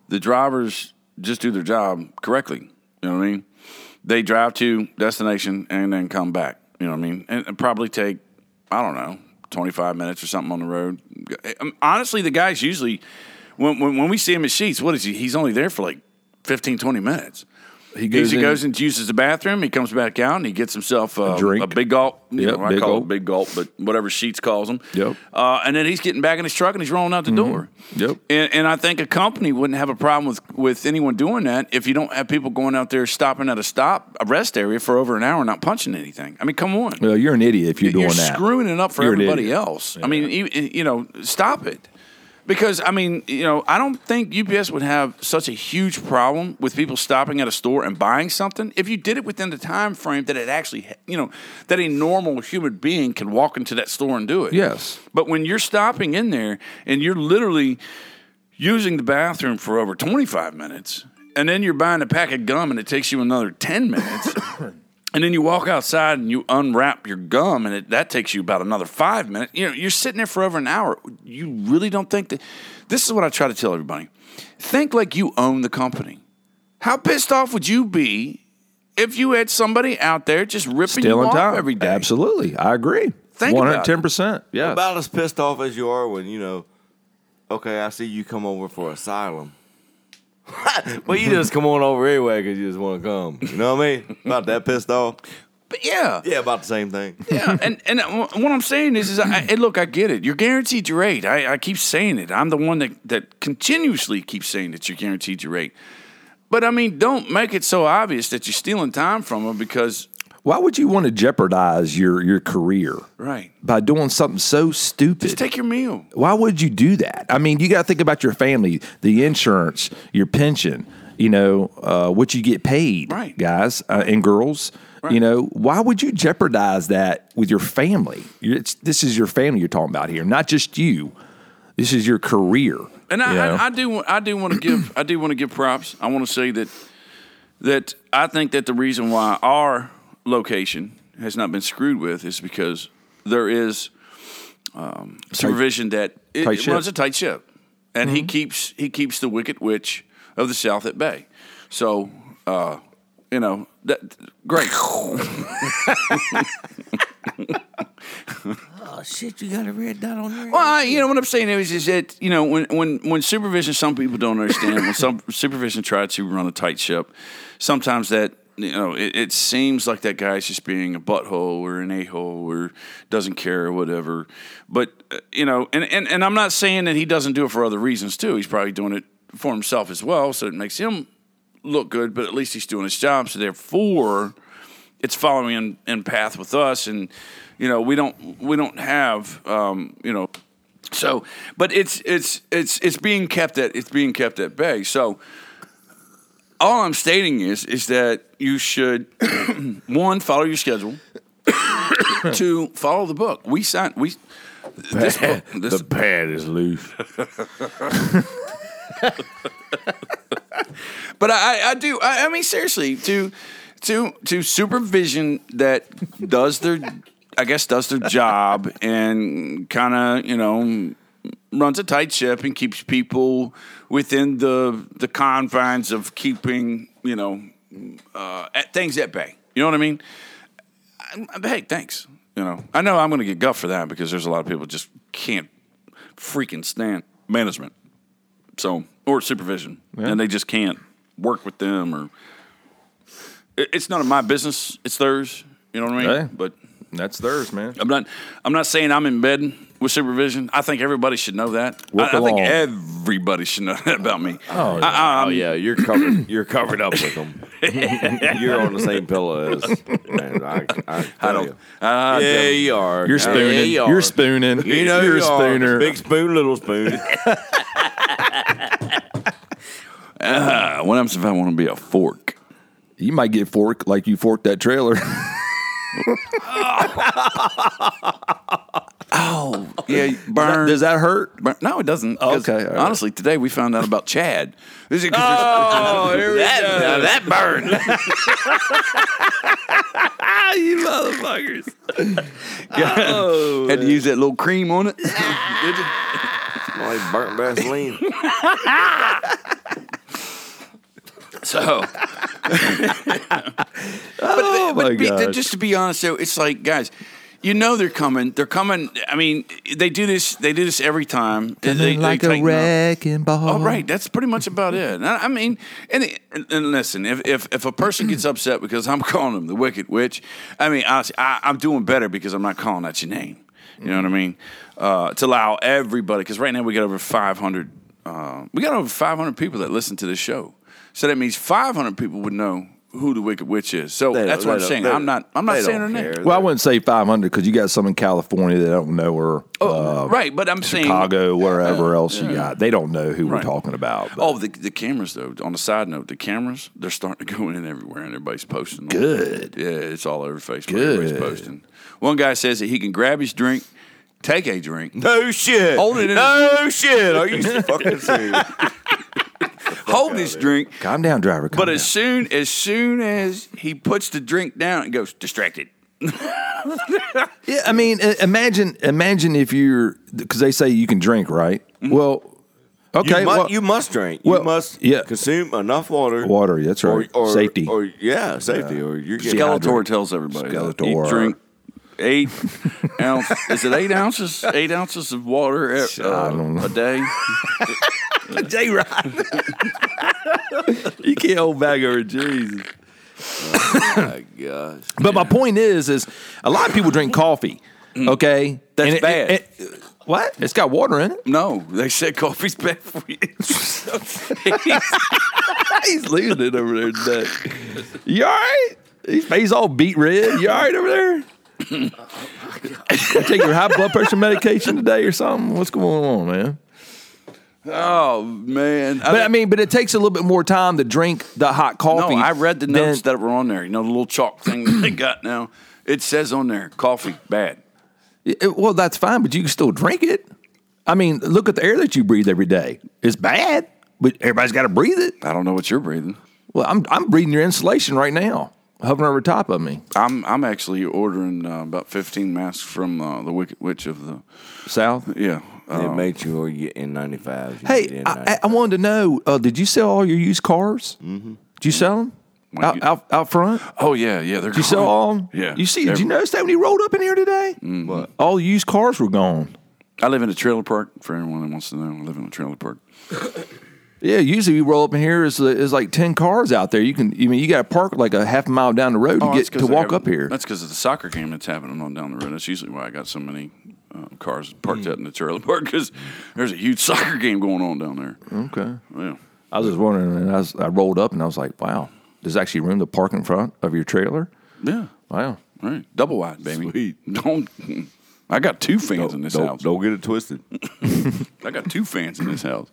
C: the drivers just do their job correctly. You know what I mean? They drive to destination and then come back. You know what I mean? And, and probably take I don't know 25 minutes or something on the road. Um, Honestly, the guys usually when when, when we see him at Sheets, what is he? He's only there for like 15, 20 minutes.
G: He
C: Goes he
G: in-
C: goes and uses the bathroom. He comes back out and he gets himself a,
G: drink.
C: a big gulp. You
G: Yep,
C: know, I
G: big
C: call it
G: gulp.
C: big gulp, but whatever Sheets calls them.
G: Yep. Mm-hmm.
C: Uh, and then he's getting back in his truck and he's rolling out the door.
G: Yep.
C: And, and I think a company wouldn't have a problem with, with anyone doing that if you don't have people going out there stopping at a stop, a rest area for over an hour and not punching anything. I mean, come on.
G: Well, you're an idiot if you're, doing that.
C: screwing it up for
G: You're an
C: everybody
G: idiot.
C: else. I mean, you, you know, stop it. Because I mean, you know, I don't think UPS would have such a huge problem with people stopping at a store and buying something if you did it within the time frame that it actually, you know, that a normal human being can walk into that store and do it.
G: Yes.
C: But when you're stopping in there and you're literally using the bathroom for over 25 minutes, and then you're buying a pack of gum and it takes you another 10 minutes, and then you walk outside and you unwrap your gum and it, that takes you about another five minutes, you know, you're sitting there for over an hour. You really don't think that. This is what I try to tell everybody think like you own the company. How pissed off would you be if you had somebody out there just ripping
G: Still
C: you
G: in
C: off
G: time.
C: every day?
G: Absolutely. I agree.
C: Think about it.
G: 110%. Yeah.
B: About as pissed off as you are when you know. Okay, I see you come over for asylum. well, you just come on over anyway because you just want to come. You know what I mean? About that pissed off.
C: But yeah.
B: Yeah, about the same thing.
C: yeah, and and uh, what I'm saying is, is I, and look, I get it. You're guaranteed your rate. I, I keep saying it. I'm the one that that continuously keeps saying that you're guaranteed your rate. But I mean, don't make it so obvious that you're stealing time from them because
G: Why would you want to jeopardize your, your career
C: right,
G: by doing something so stupid?
C: just take your meal.
G: why would you do that? I mean, you got to think about your family, the insurance, your pension, you know, uh, what you get paid,
C: Right.
G: guys uh, and girls. You know, why would you jeopardize that with your family? You- It's, this is your family you're talking about here, not just you. This is your career.
C: And I,
G: you know?
C: I, I do I do want to give I do want to give props. I want to say that that I think that the reason why our location has not been screwed with is because there is um, supervision that it,
G: tight
C: it
G: ship. Mm-hmm.
C: runs a tight ship, and he keeps he keeps the wicked witch of the South at bay. So uh, you know that great.
B: Shit, you got a red dot on your.
C: Well, I, you know what I'm saying is, is that you know when when when supervision, some people don't understand. when some supervision tries to run a tight ship, sometimes that you know it, it seems like that guy's just being a butthole or an a hole or doesn't care or whatever. But uh, you know, and, and and I'm not saying that he doesn't do it for other reasons too. He's probably doing it for himself as well, so it makes him look good. But at least he's doing his job, so therefore it's following in, in path with us and you know we don't we don't have um, you know so but it's it's it's it's being kept at it's being kept at bay so all i'm stating is is that you should one follow your schedule two follow the book we signed we this book, this,
A: The pad is loose.
C: But I, I- I do. I, I mean, seriously, to to to supervision that does their, I guess, does their job and kind of you know runs a tight ship and keeps people within the the confines of keeping you know uh, at things at bay. You know what I mean? I, I- hey, thanks. You know, I know I'm going to get guff for that because there's a lot of people just can't freaking stand management so or supervision, and they just can't work with them or it- it's none of my business. It's theirs. You know what I mean?
G: Hey.
C: But
G: That's theirs, man.
C: I'm not. I'm not saying I'm in bed with supervision. I think everybody should know that. I,
G: Work
C: I think
G: along.
C: everybody should know that about me. Oh, yeah.
B: Oh yeah, you're covered. You're covered up with them. you're on the same pillow as. Man, I, I,
C: I
B: tell
C: don't. uh,
B: you.
C: I
B: yeah, you are.
G: You're spooning.
B: Yeah, you are.
G: You're spooning.
B: You know
G: you're
B: you
G: a
B: are.
G: spooner.
B: Big spoon, little spoon.
C: don't- what happens if I want to be a fork?
G: You might get forked like you forked that trailer.
C: Oh, Yeah, burn.
G: Does that hurt?
C: burn. No, it doesn't. 'cause
G: Okay, all right.
C: Honestly, today we found out about Chad. This is- 'cause there's-
G: Oh, here we
B: That, now that burned.
H: you motherfuckers.
C: had to use that little cream on it.
B: like burnt Vaseline.
H: So
C: but, but
G: my
C: be-
G: gosh.
C: just to be honest though it's like guys you know they're coming they're coming i mean they do this they do this every time they, they tighten up.
G: wrecking ball.
B: Um,
C: All Oh, right, that's pretty much about it. And I I mean, and, and listen, if, if if a person gets upset because I'm calling them the Wicked Witch, I mean, honestly, I, I'm doing better because I'm not calling out your name. You know what I mean? Uh, to allow everybody, because right now we got over 500, uh, we got over 500 people that listen to this show. So that means 500 people would know who the Wicked Witch is. So
B: They don't-
C: that's what
B: they don't-
C: I'm saying.
B: they
C: I'm not. I'm not
B: they
C: saying her
B: don't care.
C: name.
G: Well, I wouldn't say 500 because you got some in California that don't know her.
C: Oh,
G: uh,
C: right, but I'm saying
G: Chicago, wherever else you got. They don't know who
C: uh, Right.
G: we're talking about. but-
C: Oh, the, the cameras though. On a side note, the cameras they're starting to go in everywhere, and everybody's posting. them.
G: Good.
C: Yeah, it's all over Facebook.
G: Good.
C: Everybody's posting. One guy says that he can grab his drink, take a drink,
B: No shit.
C: Hold it in-
B: No shit. Are you fucking serious?
C: hold his drink,
G: calm down, driver. Calm
C: but
G: down.
C: as soon as soon as he puts the drink down, it goes distracted.
G: yeah, I mean, i- imagine, imagine if you're because they say you can drink, right?
C: Mm-hmm.
G: Well,
B: You,
G: okay,
B: mu-
G: well,
B: you must drink.
G: well,
B: you must
G: yeah.
B: consume enough water.
G: Water, that's right.
B: Or, or,
G: Safety.
B: Or yeah, safety. Or you're getting
C: Skeletor tells everybody. That. You
G: Skeletor.
C: drink eight ounces. Is it eight ounces? Eight ounces of water e-
G: I don't
C: uh,
G: know.
C: a day.
G: J Rod, you can't hold back over Jesus.
B: My gosh.
G: But my point is, is a lot of people drink coffee. Okay,
C: Mm. That's
G: And it-
C: bad.
G: it- it- what? It's got water in it.
C: No, they said coffee's bad for you.
G: He's losing it over there today. You all right? His face all beat red. You all right over there? Take your high blood pressure medication today or something. What's going on, man?
C: oh man!
G: But I mean, but it takes a little bit more time to drink the hot coffee.
C: No, I read the
G: than-
C: notes that were on there. You know, the little chalk thing that they got now. It says on there, coffee bad.
G: It- well, that's fine, but you can still drink it. I mean, look at the air that you breathe every day. It's bad, but everybody's got to breathe it.
C: I don't know what you're breathing.
G: Well, I'm I'm breathing your insulation right now, hovering over top of me.
C: I'm I'm actually ordering uh, about 15 masks from uh, the Wicked Witch of the
G: South.
C: yeah.
B: They
C: Uh,
B: made sure you in 95.
G: Hey, I, I- I wanted to know: uh, Did you sell all your used cars? Mm-hmm. Did you sell them out,
C: you-
G: out out front?
C: oh yeah, yeah. They're
G: Did you sell all? 'em?
C: Yeah.
G: You see? Did
C: Every- Mm.
G: you notice that when you rolled up in here today,
B: What?
G: all the used cars were gone.
C: I live in a trailer park. For anyone that wants to know, I live in a trailer park.
G: Yeah, usually you roll up in here is is like ten cars out there. You can, I mean, you got to park like a half mile down the road
C: Oh,
G: to get
C: that's 'cause
G: to
C: of
G: walk
C: every-
G: up here.
C: That's because of the soccer game that's happening on down the road. That's usually why I got so many uh, cars parked out in the trailer park because there's a huge soccer game going on down there.
G: Okay,
C: Yeah.
G: I was just wondering, and I, was, I rolled up and I was like, wow, there's actually room to park in front of your trailer.
C: Yeah.
G: Wow.
C: Right. Double wide, baby.
B: Sweet.
C: Don't. I got two fans
B: don't,
C: in this
B: don't,
C: house.
B: don't get it twisted.
C: I got two fans in this house.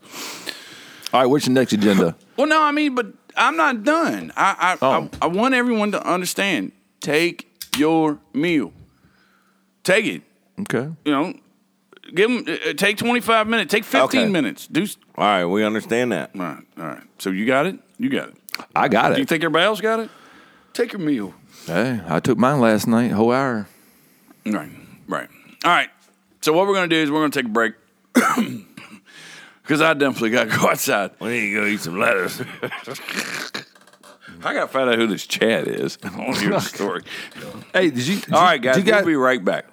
G: All right, what's your next agenda?
C: Well, no, I mean, but I'm not done. I I,
G: Oh.
C: I I want everyone to understand. Take your meal. Take it.
G: Okay.
C: You know, give them. Take 25 minutes. Take 15
B: Okay.
C: minutes. Do. s-
B: All right, we understand that.
C: All right. All right. So you got it. You got it.
G: I got
C: Do you
G: it.
C: think everybody else got it? Take your meal.
G: hey, I took mine last night, whole hour.
C: Right, right. All right. So what we're gonna do is we're gonna take a break because I definitely got to go outside.
B: We need to go eat some lettuce.
C: I got to find out who this Chad is. I want to hear the story.
G: Hey, did you? did
C: All
G: you-
C: right, guys,
G: did you guys-
C: we'll be right back.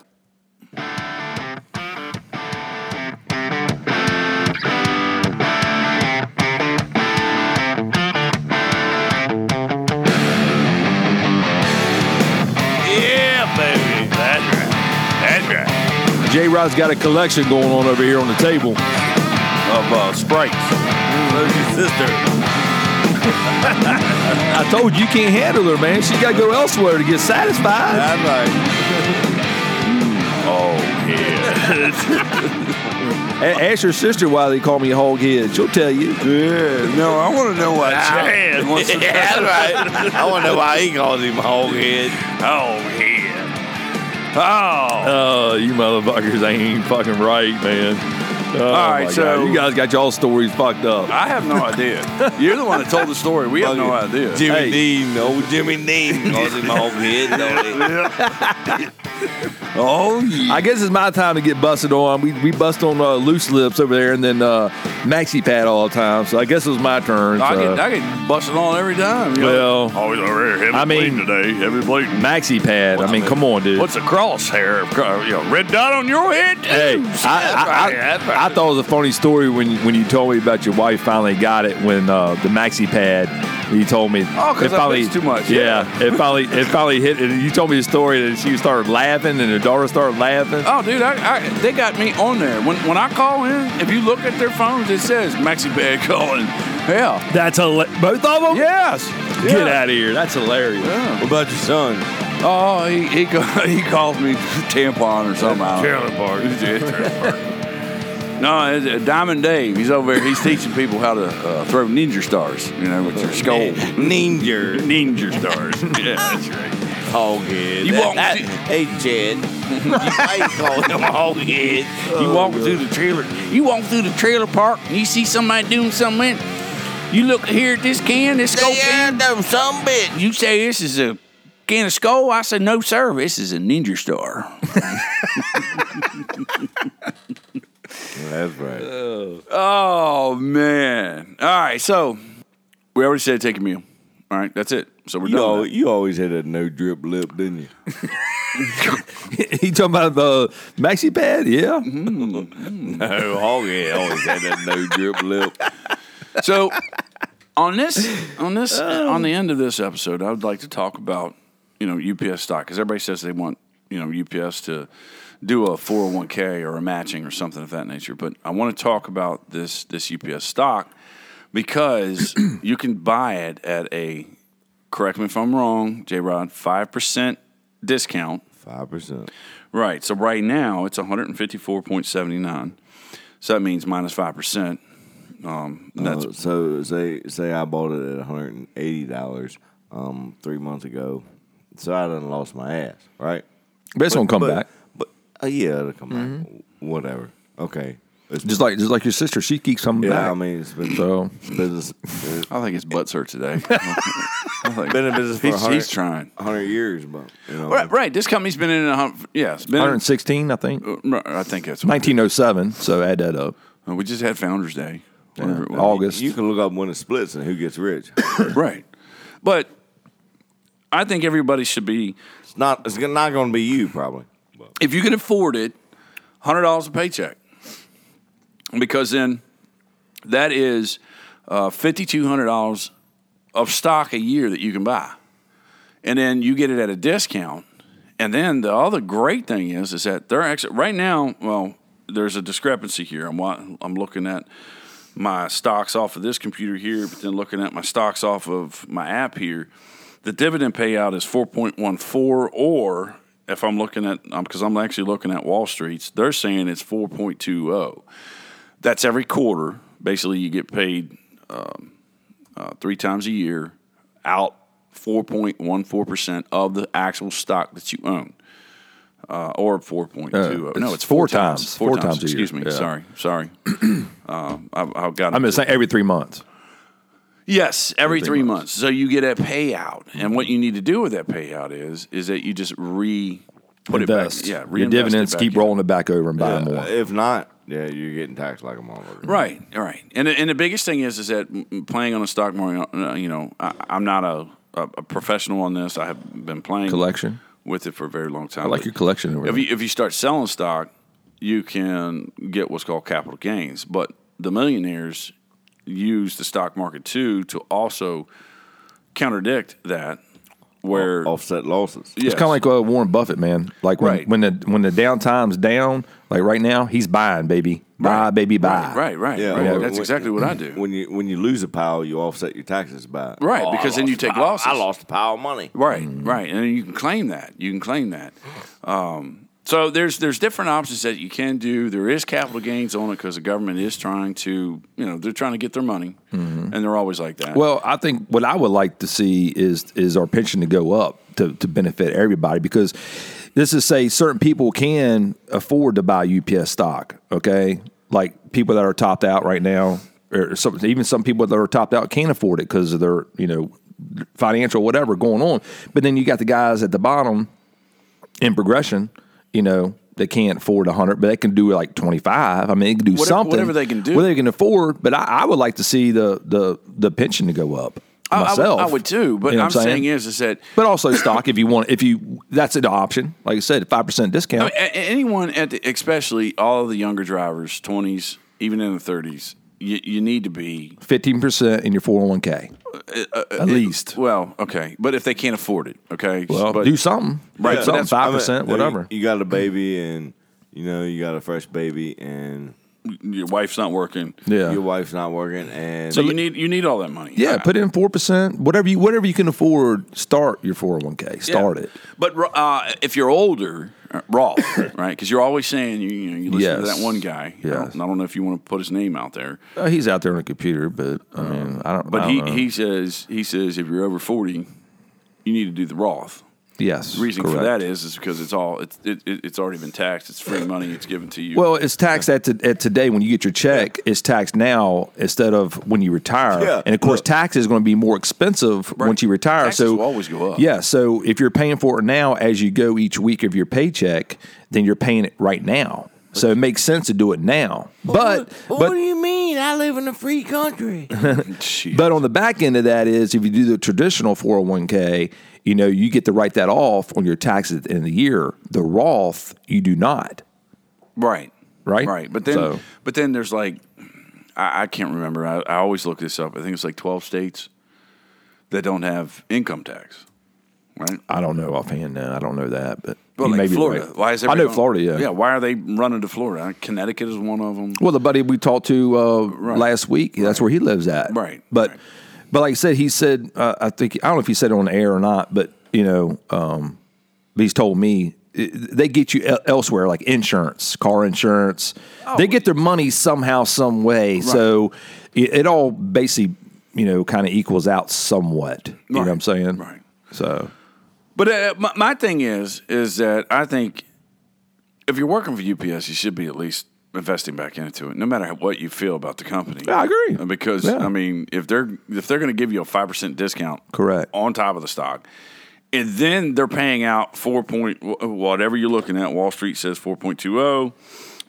H: yeah, baby. That's right. That's right.
G: J Rod's got a collection going on over here on the table.
H: Of uh, sprites. Those your sister.
G: I told you, you can't handle her, man. She's got to go elsewhere to get satisfied.
B: I'm like,
G: A- ask your sister why they call me a hog head. She'll tell you.
C: No, I want to know why Chad wants to.
B: yeah, that's right. I want to know why he calls him hog head.
H: Oh yeah.
C: Oh,
G: Oh, you motherfuckers ain't fucking right, man. Oh,
C: All right,
G: my
C: so-
G: God. you guys got y'all stories fucked up.
C: I have no idea. You're the one that told the story. We
G: Oh,
C: have no idea.
B: Jimmy
G: Hey.
B: Dean, no Jimmy Dean, causing my own head. No, oh yeah.
G: I guess it's my time to get busted on. We we bust on uh, loose lips over there, and then uh, maxi pad all the time. So I guess it was my turn.
C: I
G: so-
C: get, I get busted on every time. you know.
G: uh, well,
I: Always over here, heavy
G: I mean-
I: bleeding today, heavy bleeding.
G: maxi pad. I mean, come on, dude.
I: What's a crosshair? You know, red dot on your head?
G: Hey,
I: That's
G: I,
I: right,
G: I,
I: that's
G: I, I
I: right.
G: thought it was a funny story when, when you told me about your wife finally got it when uh, the maxi pad. You told me.
C: Oh, 'cause
G: it
C: I
G: finally-
C: bitched too much,
G: Yeah, it finally it finally hit. And you told me the story that she started laughing and her daughter started laughing.
C: Oh, dude, I, I, they got me on there. When when I call in, if you look at their phones, it says Maxi Bad calling. Yeah.
G: That's a both of them.
C: Yes.
G: Get
C: Yeah.
G: out of here. That's hilarious.
B: What about your son?
C: Oh, he he, ca- he called me tampon or something. I don't know.
I: Trailer park.
C: No, it's, uh, Diamond Dave. He's over there. He's teaching people how to uh, throw ninja stars. You know, with your skull.
B: Ninja.
I: Ninja stars. Yeah, that's right.
B: Hoghead.
C: You
B: That-
C: won't
B: that-
C: see-
B: Hey, Jed. I call him Hoghead.
C: You
I: Oh,
C: walk through the trailer. You walk through the trailer park. And you see somebody doing something. You look here at this can, this skull
B: Yeah,
C: can.
B: them some bitch.
C: You say this is a can of skull. I say no, sir. This is a ninja star.
B: That's right.
C: Uh, Oh man! All right, so we already said take a meal. All right, that's it. So we're
B: You,
C: done.
B: al-
C: with that.
B: you always had a no drip lip, didn't you?
G: he talking about the maxi pad? Yeah.
B: no, Hoghead always had that no drip lip.
C: So on this, on this, on the end of this episode, I would like to talk about you know UPS stock because everybody says they want you know UPS to do a four hundred one k or a matching or something of that nature. But I want to talk about this this UPS stock because you can buy it at a correct me if I'm wrong, J Rod five percent discount.
B: 5%.
C: Right. So right now it's 154.79. So that means minus 5%. Um, and that's
B: Uh, so say say I bought it at one hundred and eighty dollars um, three months ago, so I done lost my ass, right?
G: But it's gonna come
B: but,
G: back.
B: But uh, yeah, it'll come back. Whatever. Okay. It's,
G: Just like just like your sister, she keeps coming
B: yeah,
G: back.
B: I mean, it's been
G: So-
B: business. It's
C: I think his butts hurt today. I think-
B: been in business for
C: he's,
B: 100,
C: he's trying.
B: hundred years, but you know,
C: Right, right. This company's been in a hun- yeah, it's been in- uh,
G: 116, I think.
C: Right, I think that's what
G: 1907. So add that up.
C: we just had Founders Day. whatever it was.
G: August.
B: You can look up when it splits and who gets rich.
C: Right. But I think everybody should be
B: It's not. It's not going to be you probably.
C: if you can afford it, hundred dollars a paycheck, because then that is uh, fifty two hundred dollars of stock a year that you can buy, and then you get it at a discount. And then the other great thing is is that they're actually right now. Well, there's a discrepancy here. I'm wa- I'm looking at my stocks off of this computer here, but then looking at my stocks off of my app here, the dividend payout is 4.14, or if I'm looking at, because I'm actually looking at Wall Street's, they're saying it's 4.20. oh. That's every quarter. Basically, you get paid um, uh, three times a year out 4.14% of the actual stock that you own. Uh, or 4.20.
G: Uh,
C: oh. no,
G: it's
C: it's four,
G: four times.
C: Four,
G: Four
C: times.
G: times a year.
C: Excuse me.
G: Yeah.
C: Sorry. Sorry. um, I, I got.
G: I'm just saying every three months.
C: Yes, every three, months. So you get a payout, and what you need to do with that payout is is that you just re put
G: Invest.
C: it back. Yeah,
G: your
C: reinvest
G: dividends
C: it back
G: keep
C: in.
G: rolling it back over and buy
B: Uh,
G: more.
B: if not, yeah, you're getting taxed like a motherfucker.
C: Right, all right. And the- and the biggest thing is is that mm, playing on the stock market. uh, You know, I, I'm not a, a a professional on this. I have been playing
G: Collection.
C: with it for a very long time.
G: I like
C: but-
G: your collection.
C: if you, if you start selling stock, you can get what's called capital gains. But the millionaires use the stock market too to also contradict that, where
B: Offset losses.
C: Yes.
G: It's kind of like uh, Warren Buffett, man. Like when,
C: Right.
G: when the when the downtime's down, like right now, he's buying, baby, buy, baby, buy.
C: right, right, right.
B: Yeah,
C: right.
B: well,
C: that's
B: when-
C: exactly what I do.
B: When you when you lose a pile, you offset your taxes by
C: Right, because
B: Oh, I
C: then
B: lost
C: you
B: a
C: take
B: pile-
C: losses.
B: I lost a pile of money.
C: Right,
G: Mm.
C: right, and you can claim that. You can claim that. Um, so there's there's different options that you can do. There is capital gains on it because the government is trying to, you know, they're trying to get their money, and they're always like that.
G: Mm-hmm. Well, I think what I would like to see is is our pension to go up to, to benefit everybody because this is say certain people can afford to buy UPS stock. Okay, like people that are topped out right now, or some, even some people that are topped out can't afford it because of their you know financial whatever going on. But then you got the guys at the bottom in progression, you know. They can't afford hundred, but they can do like twenty five. I mean, they can do
C: Whatever-
G: something.
C: whatever they can do.
G: whatever they can afford. But I, I would like to see the the the pension to go up
C: I- I would-
G: myself.
C: I would too, but
G: You know
C: I'm
G: what
C: saying is, is that
G: but also stock if you want if you that's an option like i said 5% discount
C: I mean, a- a- anyone at the, especially all of the younger drivers, twenties, even in the thirties, you, you need to be
G: 15% in your 401k
C: Uh,
G: at least
C: well, okay. But if they can't afford it, okay,
G: well
C: but,
G: do something
C: Right,
G: right
C: but
G: something
C: that's- I
G: 5% whatever
B: You, you got a baby and you know you got a fresh baby and
J: Your wife's not working.
G: yeah
B: your wife's not working and
J: So you need you need all that money.
G: yeah put in 4% whatever you whatever you can afford start your 401k
J: Yeah.
G: start it
J: But ro-
C: uh, if you're older, uh, Rolf, right? Because you're always saying you you, know, you listen to
G: Yes.
C: that one guy. I don't,
G: Yes.
C: I don't know if you want to put his name out there,
G: Uh, he's out there on the computer but i mean Uh, i don't
C: but
G: I
C: he,
G: don't know.
C: he says he says if you're over forty, you need to do the Roth.
G: yes
C: The reason for
G: correct.
C: that is is because it's all it's it, it, it's already been taxed. It's free money. It's given to you.
G: Well, it's taxed at, to, at today when you get your check. It's taxed now instead of when you retire.
B: Yeah,
G: and of course,
B: look.
G: tax is going to be more expensive once you retire.
C: Taxes
G: so
C: will always go up.
G: Yeah. So if you're paying for it now as you go each week of your paycheck, then you're paying it right now. So it makes sense to do it now. But but
B: you mean? I live in a free country.
C: Shit.
G: but on the back end of that is if you do the traditional 401k, you know, you get to write that off on your taxes at the end of the year. The Roth, you do not.
C: Right.
G: Right?
C: Right. But then,
G: So-
C: but then there's like, I, I can't remember. I, I always look this up. I think it's like 12 states that don't have income tax. Right.
G: I don't know offhand now. I don't know that, but
C: Well,
G: you may
C: like
G: be
C: Florida.
G: right.
C: Why is
G: I know
C: everybody-
G: Florida. Yeah.
C: Yeah. Why are they running to Florida? Connecticut is one of them.
G: Well, the buddy we talked to uh, last week, that's where he lives at.
C: Right.
G: But,
C: Right.
G: but like I said, he said, uh, I think I don't know if he said it on air or not, but you know, um, but he's told me i- they get you el- elsewhere, like insurance, car insurance.
C: Oh,
G: They get their money somehow, some way. So it, it all basically, you know, kind of equals out somewhat. You know what I'm
C: Right.
G: saying?
C: Right.
G: So
C: But uh, my, my thing is, is that I think if you're working for UPS, you should be at least investing back into it, no matter how- what you feel about the company.
G: Yeah, I agree.
C: Uh, Because
G: Yeah.
C: I mean, if they're if they're going to give you a five percent discount,
G: Correct.
C: on top of the stock, and then they're paying out four point wh- uh, whatever you're looking at. Wall Street says four point two zero.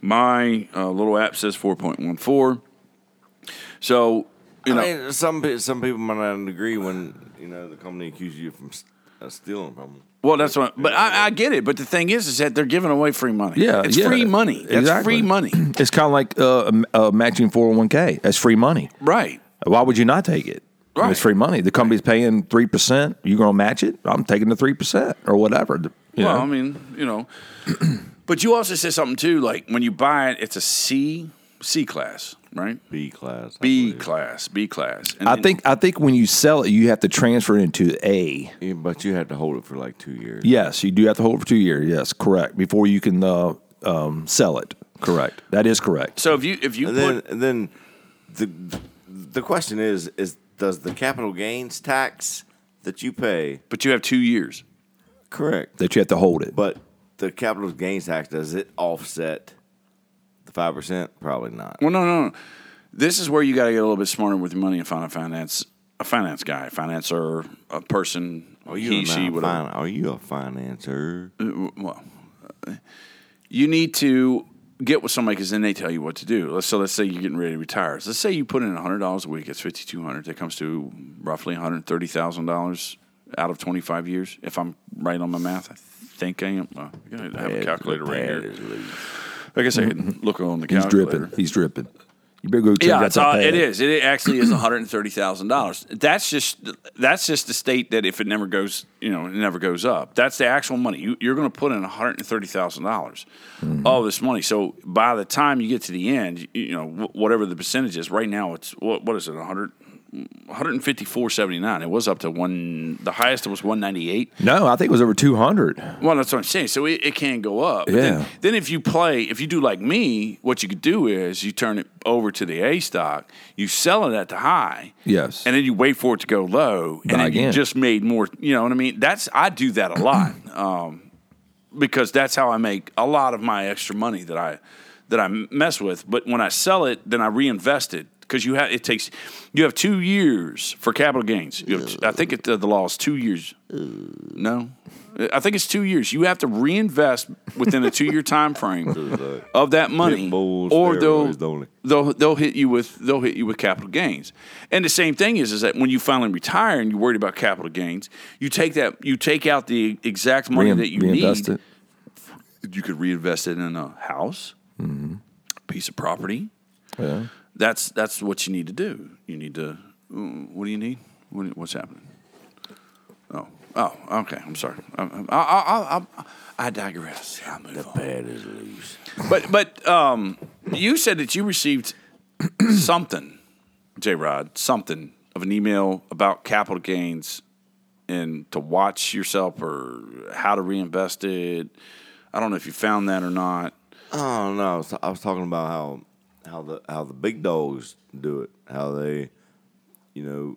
C: My uh, little app says four point one four. So you know,
B: I mean, some pe- some people might not agree when you know the company accuses you from s- uh, stealing from them.
C: Well, that's what. But I, I get it. But the thing is, is that they're giving away free money.
G: Yeah,
C: it's
G: yeah,
C: free money. That's
G: exactly.
C: free money.
G: it's kind of like uh, a, a matching 401k. That's free money.
C: right.
G: Why would you not take it? I mean,
C: Right.
G: It's free money. The company's paying three percent. You gonna match it? I'm taking the three percent or whatever. you
C: Well,
G: know.
C: I mean, you know. but you also said something too. Like when you buy it, it's a C C class, right?
B: B class. I
C: B
B: believe.
C: class, B class. And
G: I
C: then-
G: think I think when you sell it, you have to transfer it into A.
B: Yeah, but you had to hold it for like two years.
G: Yes, you do have to hold it for two years. Yes, correct. Before you can uh, um, sell it. Correct. That is correct.
C: so. If you if you
B: And
C: put
B: then and then the the question is is does the capital gains tax that you pay
C: but you have two years.
B: correct?
G: That you have to hold it.
B: But the capital gains tax does it offset the five percent? Probably not.
C: Well, no, no, no. This is where you got to get a little bit smarter with your money and find a finance a finance guy, a financer, a person,
B: Are you
C: he,
B: a
C: she,
B: non-
C: whatever.
B: fin- Are you a financer?
C: well, uh, you need to get with somebody because then they tell you what to do. Let's- So let's say you're getting ready to retire. So let's say you put in hundred dollars a week. It's fifty two hundred. That comes to roughly one hundred thirty thousand dollars out of twenty five years. If I'm right on my math, I think I am. Uh, I gotta have a calculator right here. I guess I can look on the
G: He's
C: calculator.
G: dripping. He's dripping. You better go check
C: Yeah, it's,
G: that's
C: uh,
G: up
C: it
G: there.
C: is. It actually is one hundred and thirty thousand dollars. That's just that's just the state that if it never goes, you know, it never goes up. That's the actual money you, you're going to put in one hundred and thirty thousand dollars.
G: Mm-hmm.
C: All this money. So by the time you get to the end, you, you know, wh- whatever the percentage is. Right now, it's what what is it? One hundred. 154.79. It was up to one. The highest was 198.
G: No, I think it was over two hundred.
C: Well, that's what I'm saying. So it, it can go up. But
G: Yeah.
C: Then, then if you play, if you do like me, what you could do is you turn it over to the A stock, you sell it at the high.
G: Yes.
C: And then you wait for it to go low. And
G: Buy
C: then you
G: again.
C: just made more. You know what I mean? That's I do that a lot. um, because that's how I make a lot of my extra money that I that I mess with. But when I sell it, then I reinvest it because you have it takes you have two years for capital gains. You have, I think it, the, the law is two years. No, I think it's two years. You have to reinvest within a two year time frame of that money,
B: Pit bulls,
C: or
B: steroids,
C: they'll
B: don't it?
C: they'll they'll hit you with they'll hit you with capital gains. And the same thing is is that when you finally retire and you're worried about capital gains, you take that you take out the exact money
G: Rein-
C: that you
G: reinvest
C: need.
G: it.
C: You could reinvest it in a house,
G: Mm-hmm.
C: piece of property.
G: Yeah.
C: That's that's what you need to do. You need to. "Mm, What do you need? What, what's happening? Oh, oh, okay. I'm sorry. I, I, I, I, I digress. I move on.
B: Pad is loose.
C: But but um, you said that you received something, J Rod, something of an email about capital gains and to watch yourself or how to reinvest it. I don't know if you found that or not.
B: Oh no, I was, I was talking about how how the how the big dogs do it, how they, you know,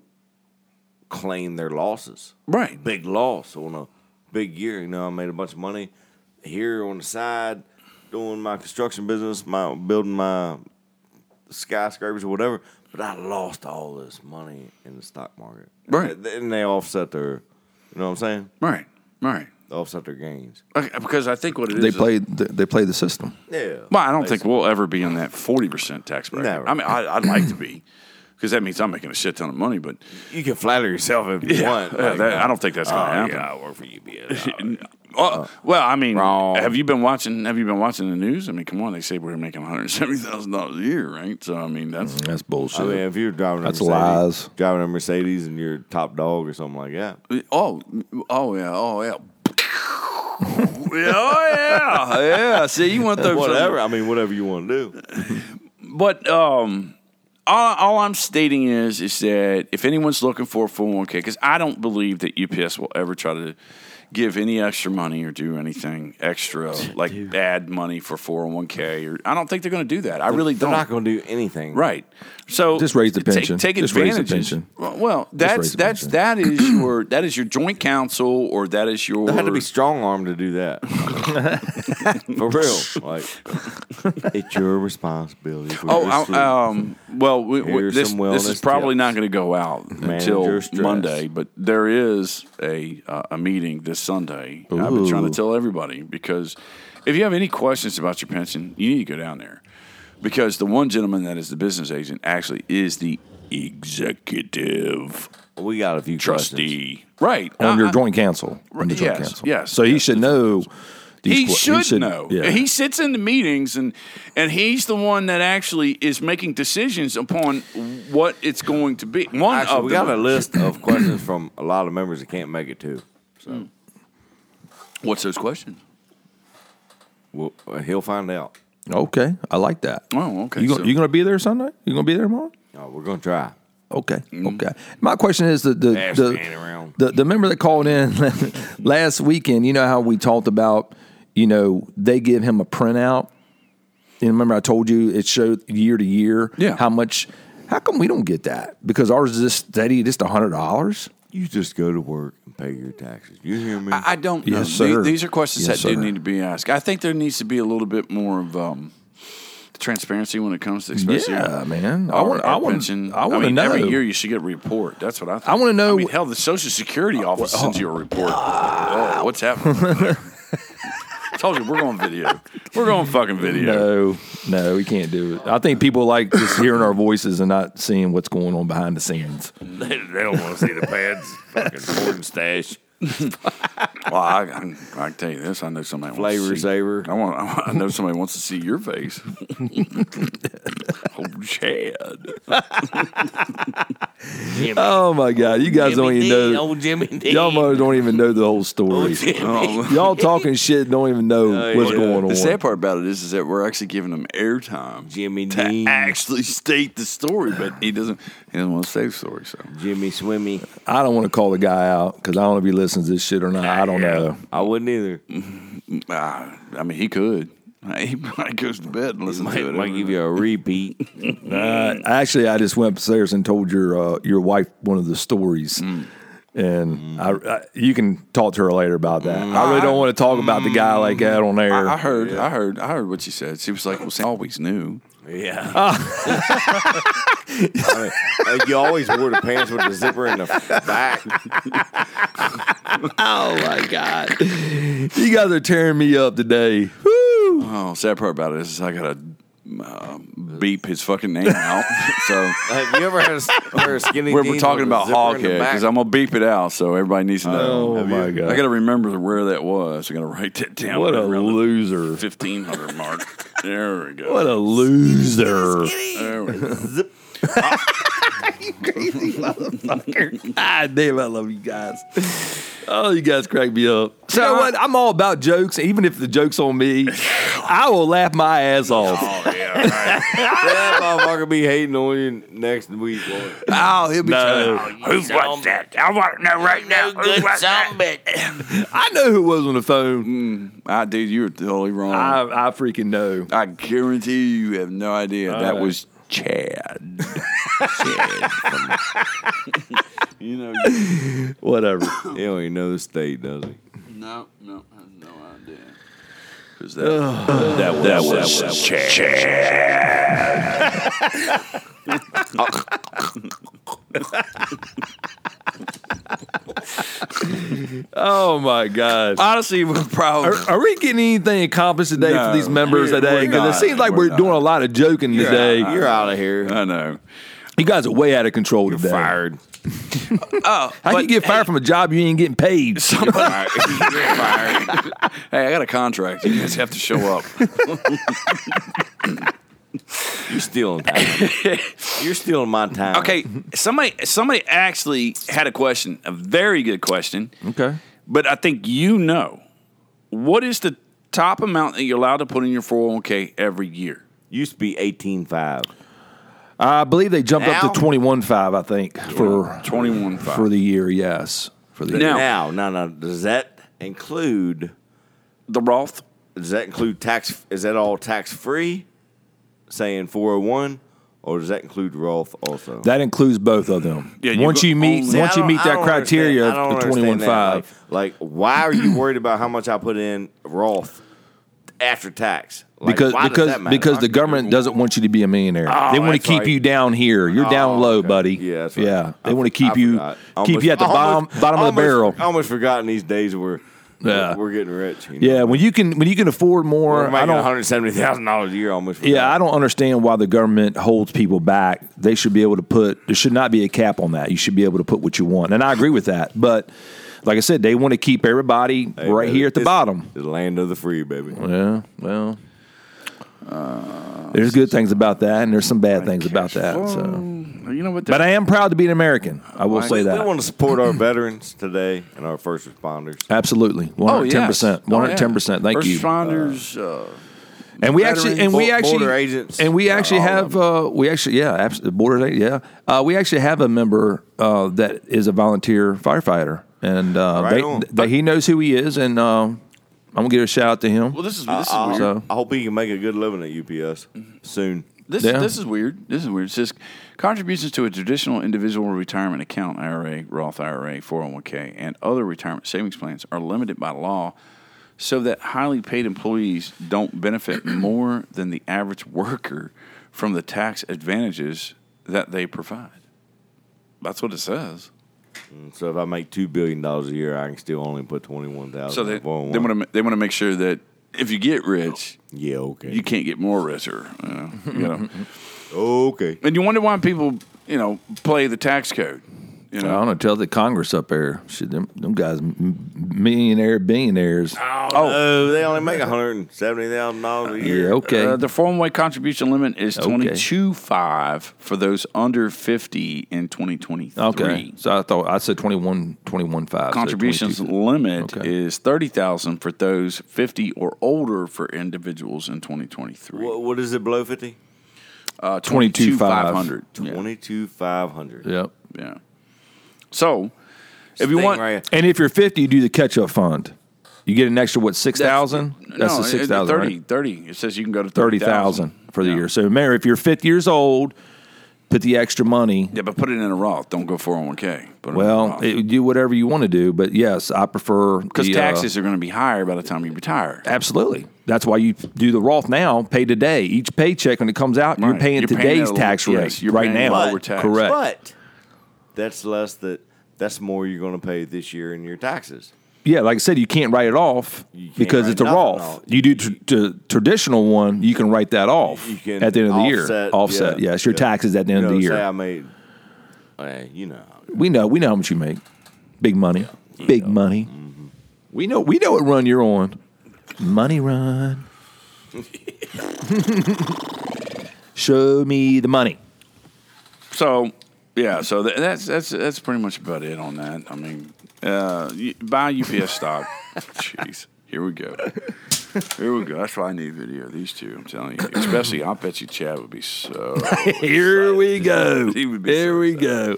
B: claim their losses.
C: Right.
B: Big loss on a big year. You know, I made a bunch of money here on the side doing my construction business, my building my skyscrapers or whatever. But I lost all this money in the stock market.
C: Right.
B: And they, and they offset their, you know what I'm saying?
C: Right. Right.
B: They offset their gains.
C: Okay, because I think what it is
G: They
C: is-
G: play. They play the system.
B: Yeah.
C: Well, I don't think we'll ever be in that forty percent tax bracket.
B: Never.
C: I mean, I, I'd like to be, because that means I'm making a shit ton of money. But
B: you can flatter yourself if you
C: Yeah,
B: want.
C: yeah,
B: like,
C: that- I don't think that's gonna
B: "Oh,
C: happen.
B: Yeah, I work for UBS.
C: Uh, well, I mean,
B: Wrong.
C: have you been watching? Have you been watching the news? I mean, come on, they say we're making one hundred seventy thousand dollars a year, right? So, I mean, that's
B: Mm-hmm.
G: That's bullshit.
B: I mean, if you're driving
G: That's
B: a Mercedes,
G: lies.
B: driving a Mercedes and you're top dog or something like that.
C: oh, oh yeah, oh yeah, Yeah, oh yeah, yeah. See, you went through some-
B: Whatever. I mean, whatever you want to do.
C: But um, all, all I'm stating is is that if anyone's looking for a 401k, because I don't believe that UPS will ever try to give any extra money or do anything extra like add money for 401k or I don't think they're going to do that. I really
B: They're
C: don't.
B: not going to do anything.
C: Right. So
G: Just raise the
C: take-
G: pension.
C: Take,
G: Just raise
C: advantage.
G: the pension.
C: Well, well,
G: raise
C: that's
G: the
C: that's that
G: pension.
C: is your that is your joint counsel or that is your
B: They had to be strong armed to do that. for real. Like, uh, it's your responsibility. for
C: Oh,
B: your sleep.
C: I, um, well, we, we-
B: Here's
C: this,
B: some
C: this is
B: wellness
C: probably
B: tips.
C: not going to go out
B: Manage
C: until
B: your stress.
C: Monday, but there is a uh, a meeting this Sunday. I've been trying to tell everybody because if you have any questions about your pension, you need to go down there because the one gentleman that is the business agent actually is the executive
B: we got a few questions.
C: trustee, right?
G: on
C: Uh,
G: your
C: uh,
G: joint counsel. On the joint
C: yes,
G: counsel.
C: yes,
G: So he
C: yes,
G: should know. these
C: he
G: que-
C: should, know.
G: Yeah.
C: He sits in the meetings and and he's the one that actually is making decisions upon what it's going to be. One uh,
B: Actually,
C: of
B: Oh, we
C: them.
B: got a list of questions from a lot of members that can't make it too. So
C: What's those questions?
B: we'll, uh, he'll find out.
G: okay, I like that.
C: Oh, okay,
G: You,
C: so-
G: gonna, you gonna be there Sunday? You gonna be there tomorrow?
B: Oh, we're going to try.
G: Okay.
C: Mm.
G: Okay. My question is the the
B: Ask Danny
G: the,
B: around.
G: the the member that called in last weekend. You know how we talked about. You know they give him a printout. And remember, I told you it showed year to year.
C: Yeah.
G: How much? How come we don't get that? Because ours is just steady, just hundred dollars.
B: You just go to work and pay your taxes. You hear me?
C: I, I don't know.
G: Yes,
C: The-
G: sir.
C: These are questions
G: Yes,
C: that do
G: sir.
C: need to be asked. I think there needs to be a little bit more of um, transparency when it comes to especially
G: Yeah, man. I
C: our-
G: want-
C: our
G: I want-
C: pension.
G: I wanna
C: mean, Every
G: know.
C: year you should get a report. That's what I think.
G: I wanna know- Uh,
C: I mean, hell, the Social Security office sends you a report. oh, what's happening? over there? Told you we're going video. We're going fucking video.
G: No, no, we can't do it. I think people like just hearing our voices and not seeing what's going on behind the scenes.
F: they don't want to see the pads. Fucking porn stash.
C: Well, I, I, I can tell you this. I know somebody
B: Flavor
C: wants to see,
B: saver.
C: I want. I want- I know somebody wants to see your face. oh, Chad.
G: Oh my god, you guys don't even know.
F: Jimmy D.
G: Y'all mother don't even know the whole story. Y'all talking shit and don't even know
F: Oh,
G: what's
B: yeah.
G: going
C: The
G: on.
C: sad part about it is, is that we're actually giving him airtime
B: Jimmy
C: to
B: Dean.
C: actually state the story, but he doesn't. He doesn't want to say the story. So
B: Jimmy Swimmy.
G: I don't want to call the guy out because I don't know if he listens to this shit or not. I don't know.
B: I wouldn't either.
C: uh, I mean, he could. He probably goes to bed and listens
B: Might,
C: to it.
B: might give you a repeat.
F: Mm.
G: Uh, actually, I just went upstairs and told your uh, your wife one of the stories, And I, I, you can talk to her later about that.
F: Mm.
G: I really don't want to talk about the guy like that on air.
C: I, I heard, I heard, I heard what she said. She was like, "Well, Sam always knew."
B: Yeah. I mean, like, you always wore the pants with the zipper in the back.
G: Oh my god, you guys are tearing me up today. Woo!
C: Oh, sad part about it is I gotta um, beep his fucking name out. so
B: Have you ever had a, s- wear a skinny
C: we're,
B: jeans
C: we're
B: with
C: talking
B: a
C: about
B: zipper
C: hoghead
B: in the back?
C: because I'm gonna beep it out, so everybody needs to know.
G: Oh my
C: I
G: god,
C: gotta remember where that was. I gotta write that down.
G: what a
C: around the
G: loser!
K: 1500 mark. There we go.
G: What a loser!
K: There we go.
G: God Ah, damn, I love you guys. Oh, you guys crack me up. So you know what? I'm all about jokes, even if the joke's on me. I will laugh my ass off.
K: Oh, yeah. all right.
B: That motherfucker be hating on you next week. boy.
G: Oh, he'll be
E: Who was that? I want to know right now. Who was that?
G: I know who was on the phone.
C: I Ah, dude, you were totally wrong. I,
G: I, I freaking know.
C: guarantee you, you have no idea. that
G: right.
C: was Chad. Chad. from- you know.
G: Whatever.
B: He don't even know the state, does he?
C: No, no, I have no idea.
K: That was, that was, that was Chad.
G: oh my god.
C: Honestly, we're probably.
K: Er,
G: Are, are we getting anything accomplished today
C: No,
G: for these members
C: we're-
G: today?
C: we're
G: Because
C: not.
G: it seems like
C: We're
G: we're,
C: not.
G: doing a lot of joking today.
B: You're out of here.
C: I know.
G: you guys are way out of control today.
B: Fired.
C: Oh,
G: How can you get fired from a job you ain't getting paid?
C: Somebody, hey, I got a contract. You guys have to show up.
B: You're stealing time. You're stealing my time.
K: Okay, somebody somebody actually had a question, a very good question,
G: Okay.
K: but I think you know. What is the top amount that you're allowed to put in your 401k every year?
B: Used to be eighteen five.
G: I believe they jumped
B: Now?
G: up to twenty one five. I think for
C: 21 five.
G: for the year. Yes, for
K: Now-
G: the year.
B: Now, now, now, does that include?
K: The Roth?
B: Does that include tax? Is that all tax free? Saying four hundred one, or does that include Roth also?
G: That includes both of them.
K: Yeah, you
G: once
K: go-
G: you meet
K: only-
B: See, I
G: once you
B: don't-
G: meet
B: I
G: that
B: don't
G: criteria
B: understand- I don't
G: of the twenty
B: understand
G: one
B: that.
G: five.
B: Like, like, why are you worried about how much I put in Roth after tax? Like,
G: Because
B: why does
G: because
B: that matter?
G: because
B: I
G: the
B: could-
G: government doesn't want you to be a millionaire. they want to
B: that's
G: keep
B: right.
G: you down here. You're down
B: Oh,
G: low,
B: okay.
G: buddy.
B: Yeah, that's right.
G: yeah. They
B: I-
G: want to
B: I
G: keep you
B: forgot.
G: keep
B: Almost-
G: you at the
B: almost-
G: bottom bottom of the
B: almost-
G: barrel.
B: I almost forgotten these days where
G: Yeah.
B: we're getting rich. You know?
G: Yeah, when you can when you can afford more,
B: we're
G: I
B: making one
G: don't.
B: hundred seventy thousand dollars a year. I Almost. Forgot.
G: Yeah, I don't understand why the government holds people back. They should be able to put. There should not be a cap on that. You should be able to put what you want, and I agree with that. But like I said, they want to keep everybody
B: Hey,
G: right
B: baby,
G: here at the
B: it's
G: bottom.
B: The land of the free, baby.
G: Yeah, well,
B: Uh,
G: there's good things about that, and there's some bad things about that. So,
K: Um,
C: You know what?
G: but I am proud to be an American. I will say
B: We
G: that
B: want to support our veterans today and our first responders.
G: absolutely, one
C: Oh,
G: hundred ten
C: yes.
G: percent, one hundred ten percent. Thank
C: First
G: you.
C: responders. uh,
G: and we actually and we
B: Bo-
G: actually
B: border agents.
G: and we actually
B: All of
G: have uh, we actually yeah abs- border agent, yeah uh, we actually have a member uh, that is a volunteer firefighter and uh,
B: Right
G: they-
B: on.
G: they- he knows who he is and um, I'm gonna give a shout out to him.
C: well, this is this is
B: I,
C: weird.
G: So-
B: I hope he can make a good living at UPS soon.
C: This
G: Yeah.
C: this is weird. This is weird. It says contributions to a traditional individual retirement account, IRA, Roth IRA, 401k, and other retirement savings plans are limited by law so that highly paid employees don't benefit more than the average worker from the tax advantages that they provide. That's what it says.
B: So if I make two billion dollars a year, I can still only put twenty oh one thousand.
C: So they they
G: oh
C: want to they want to make sure that if you get rich,
B: Yeah. Okay.
C: you can't get more richer. You know, you know?
B: okay.
C: and you wonder why people you know play the tax code. You
G: I
C: know,
G: don't know. Tell the Congress up there, shit, them, them guys, m- millionaire billionaires.
C: Ah,
B: Oh, no, they only make one hundred and seventy thousand dollars a year.
G: yeah, okay.
C: Uh, the foreign way contribution limit is
G: Okay.
C: twenty two five for those under fifty in twenty twenty three.
G: okay. So I thought I said 21, 21 five. so
C: Contributions
G: 22.
C: limit
G: Okay.
C: is thirty thousand for those fifty or older for individuals in twenty twenty three.
B: What, what is it below fifty?
C: Uh, twenty two five hundred. Yeah.
B: Twenty two five hundred.
G: Yep.
C: yeah. So, if you want,
B: right,
G: And if you're 50, you do the catch up fund. You get an extra, what, 6,000? That's,
C: no,
G: the
C: it-
G: 6,000. right?
C: 30, 30. It says you can go to thirty
G: 30,000
C: thousand
G: for the year. So, Mayor, if you're 50 years old, put the extra money.
C: Yeah, but put it in a Roth. Don't go 401k. Put it in a
G: Well,
C: Roth.
G: it, do whatever you want to do, but yes, I prefer
C: because
G: the, uh,
C: taxes are going to be higher by the time you retire.
G: Absolutely. That's why you do the Roth now, pay today. Each paycheck when it comes out, you're
C: Right.
G: paying
C: You're paying
G: today's
C: a-
G: tax
C: yes,
G: rate
C: you're
G: right
C: paying a
G: now.
C: lower tax.
G: Correct.
B: But that's less that that's more you're going to pay this year in your taxes.
G: yeah, like I said, you can't write it off
B: can't
G: because
B: write
G: it's a
B: nothing
G: Roth.
B: off.
G: You do tr- tr- traditional one, you can write that off
B: You can
G: at the end of the year.
B: offset,
G: Offset,
B: yeah.
G: yes, your
B: Yeah.
G: taxes at the end
B: you
G: of
B: know,
G: the
B: Say
G: year.
B: I made, eh, you know,
G: We know, we know how much you make. Big money, big money.
B: Mm-hmm.
G: We know, we know what run you're on. Money run. Show me the money.
C: So yeah, so tha- that's that's that's pretty much about it on that. I mean, uh, y- buy UPS stock. Jeez, here we go. Here we go. That's why I need video. These two, I'm telling you. Especially, I bet you Chad would be so.
G: Here we go.
C: He would be
G: Here
C: so
G: we go.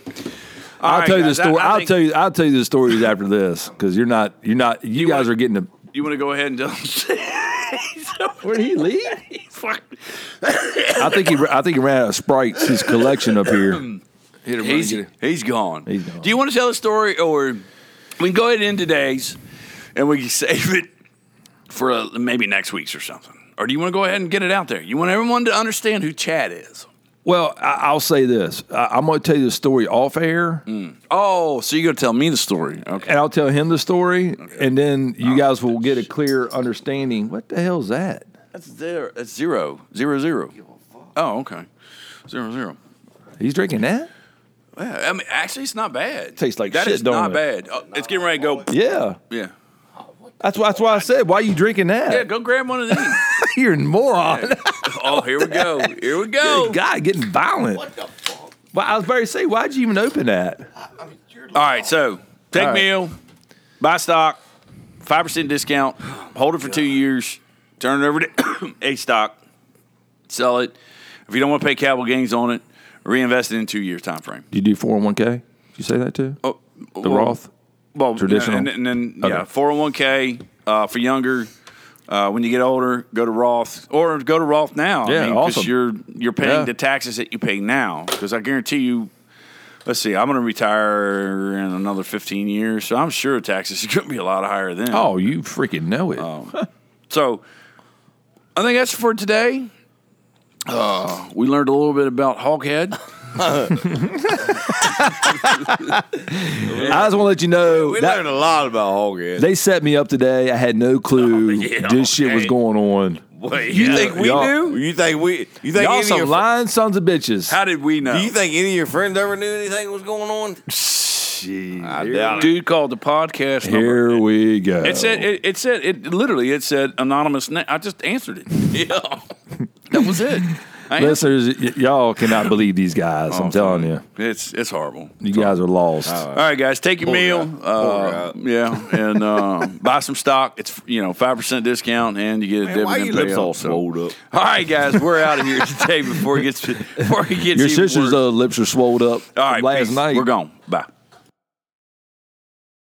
G: I'll tell you the story. I'll tell you. I'll tell you the stories after this because you're not. You're not. You, guys
C: wanna-
G: are getting. A,
C: You want to go ahead and tell him?
G: where did he leave? I think he. I think he ran out of sprites. His collection up here.
C: He's, he's gone.
G: He's gone.
C: Do you want to tell a story, or we can go ahead and end today's, and we can save it for uh maybe next week's or something? Or do you want to go ahead and get it out there? You want everyone to understand who Chad is.
G: Well, I, I'll say this. I, I'm going to tell you the story off air,
C: Oh, so you're gonna tell me the story? Okay.
G: and I'll tell him the story, and then you guys will get a clear understanding. What the hell's that?
C: That's zero. That's zero. Zero zero. Oh, okay. Zero zero.
G: He's drinking that.
C: Yeah, I mean, actually, it's not bad.
G: Tastes like
C: That
G: shit,
C: is
G: don't
C: not
G: it?
C: bad. Oh, it's getting ready to go.
G: Yeah,
C: Yeah.
G: that's why. That's why I said, why are you drinking that?
C: Yeah. Go grab one of these.
G: You're a moron.
C: oh, here we go. Here we go.
G: Good God, getting violent. What the fuck? Well, I was about to say, why'd you even open that?
C: All right, so take
G: All right.
C: meal, buy stock, five percent discount, hold it for two years, turn it over to A stock, sell it. If you don't want to pay capital gains on it, reinvest it in two years time frame.
G: Do you do 401k? Did you say that too?
C: Oh,
G: the Roth?
C: well,
G: Traditional?
C: and, and then yeah,
G: Okay.
C: four hundred one k for younger. Uh, when you get older, go to Roth or go to Roth now.
G: Yeah,
C: 'cause
G: awesome.
C: You're you're paying
G: Yeah.
C: the taxes that you pay now because I guarantee you. Let's see, I'm going to retire in another 15 years, so I'm sure taxes are going to be a lot higher then.
G: Oh, you freaking know it.
C: So I think that's for today. Uh, we learned a little bit about Hoghead.
G: I just want to let you know
B: we
G: that-
B: learned a lot about Hogan.
G: they set me up today. I had no clue this shit was going on.
C: Oh, You think we
G: Y'all-
C: knew?
B: You think we? You think
G: Y'all
B: any of your
G: some
B: fr-
G: lying sons of bitches.
C: How did we know?
B: Do you think any of your friends ever knew anything was going on? I doubt it.
C: Dude called the podcast. number.
G: Here we go.
C: It said it, it said it literally it said anonymous name. I just answered it. Yeah. that was it. I
G: Listeners, y- y'all cannot believe these guys. I'm
C: answered-
G: telling you.
C: It's it's horrible.
G: You guys are lost.
C: Oh, All right, guys, take your meal. Uh, yeah, and uh, buy some stock. It's you know five percent discount, and you get a
B: Man,
C: dividend
B: why you lips
C: payout,
B: all
C: so-
B: swelled up?
C: All right, guys, we're out of here today before it gets before it gets
G: Your
C: even
G: sister's
C: worse.
G: uh, lips are swoled up
C: All right,
G: last
C: peace.
G: night.
C: We're gone. Bye.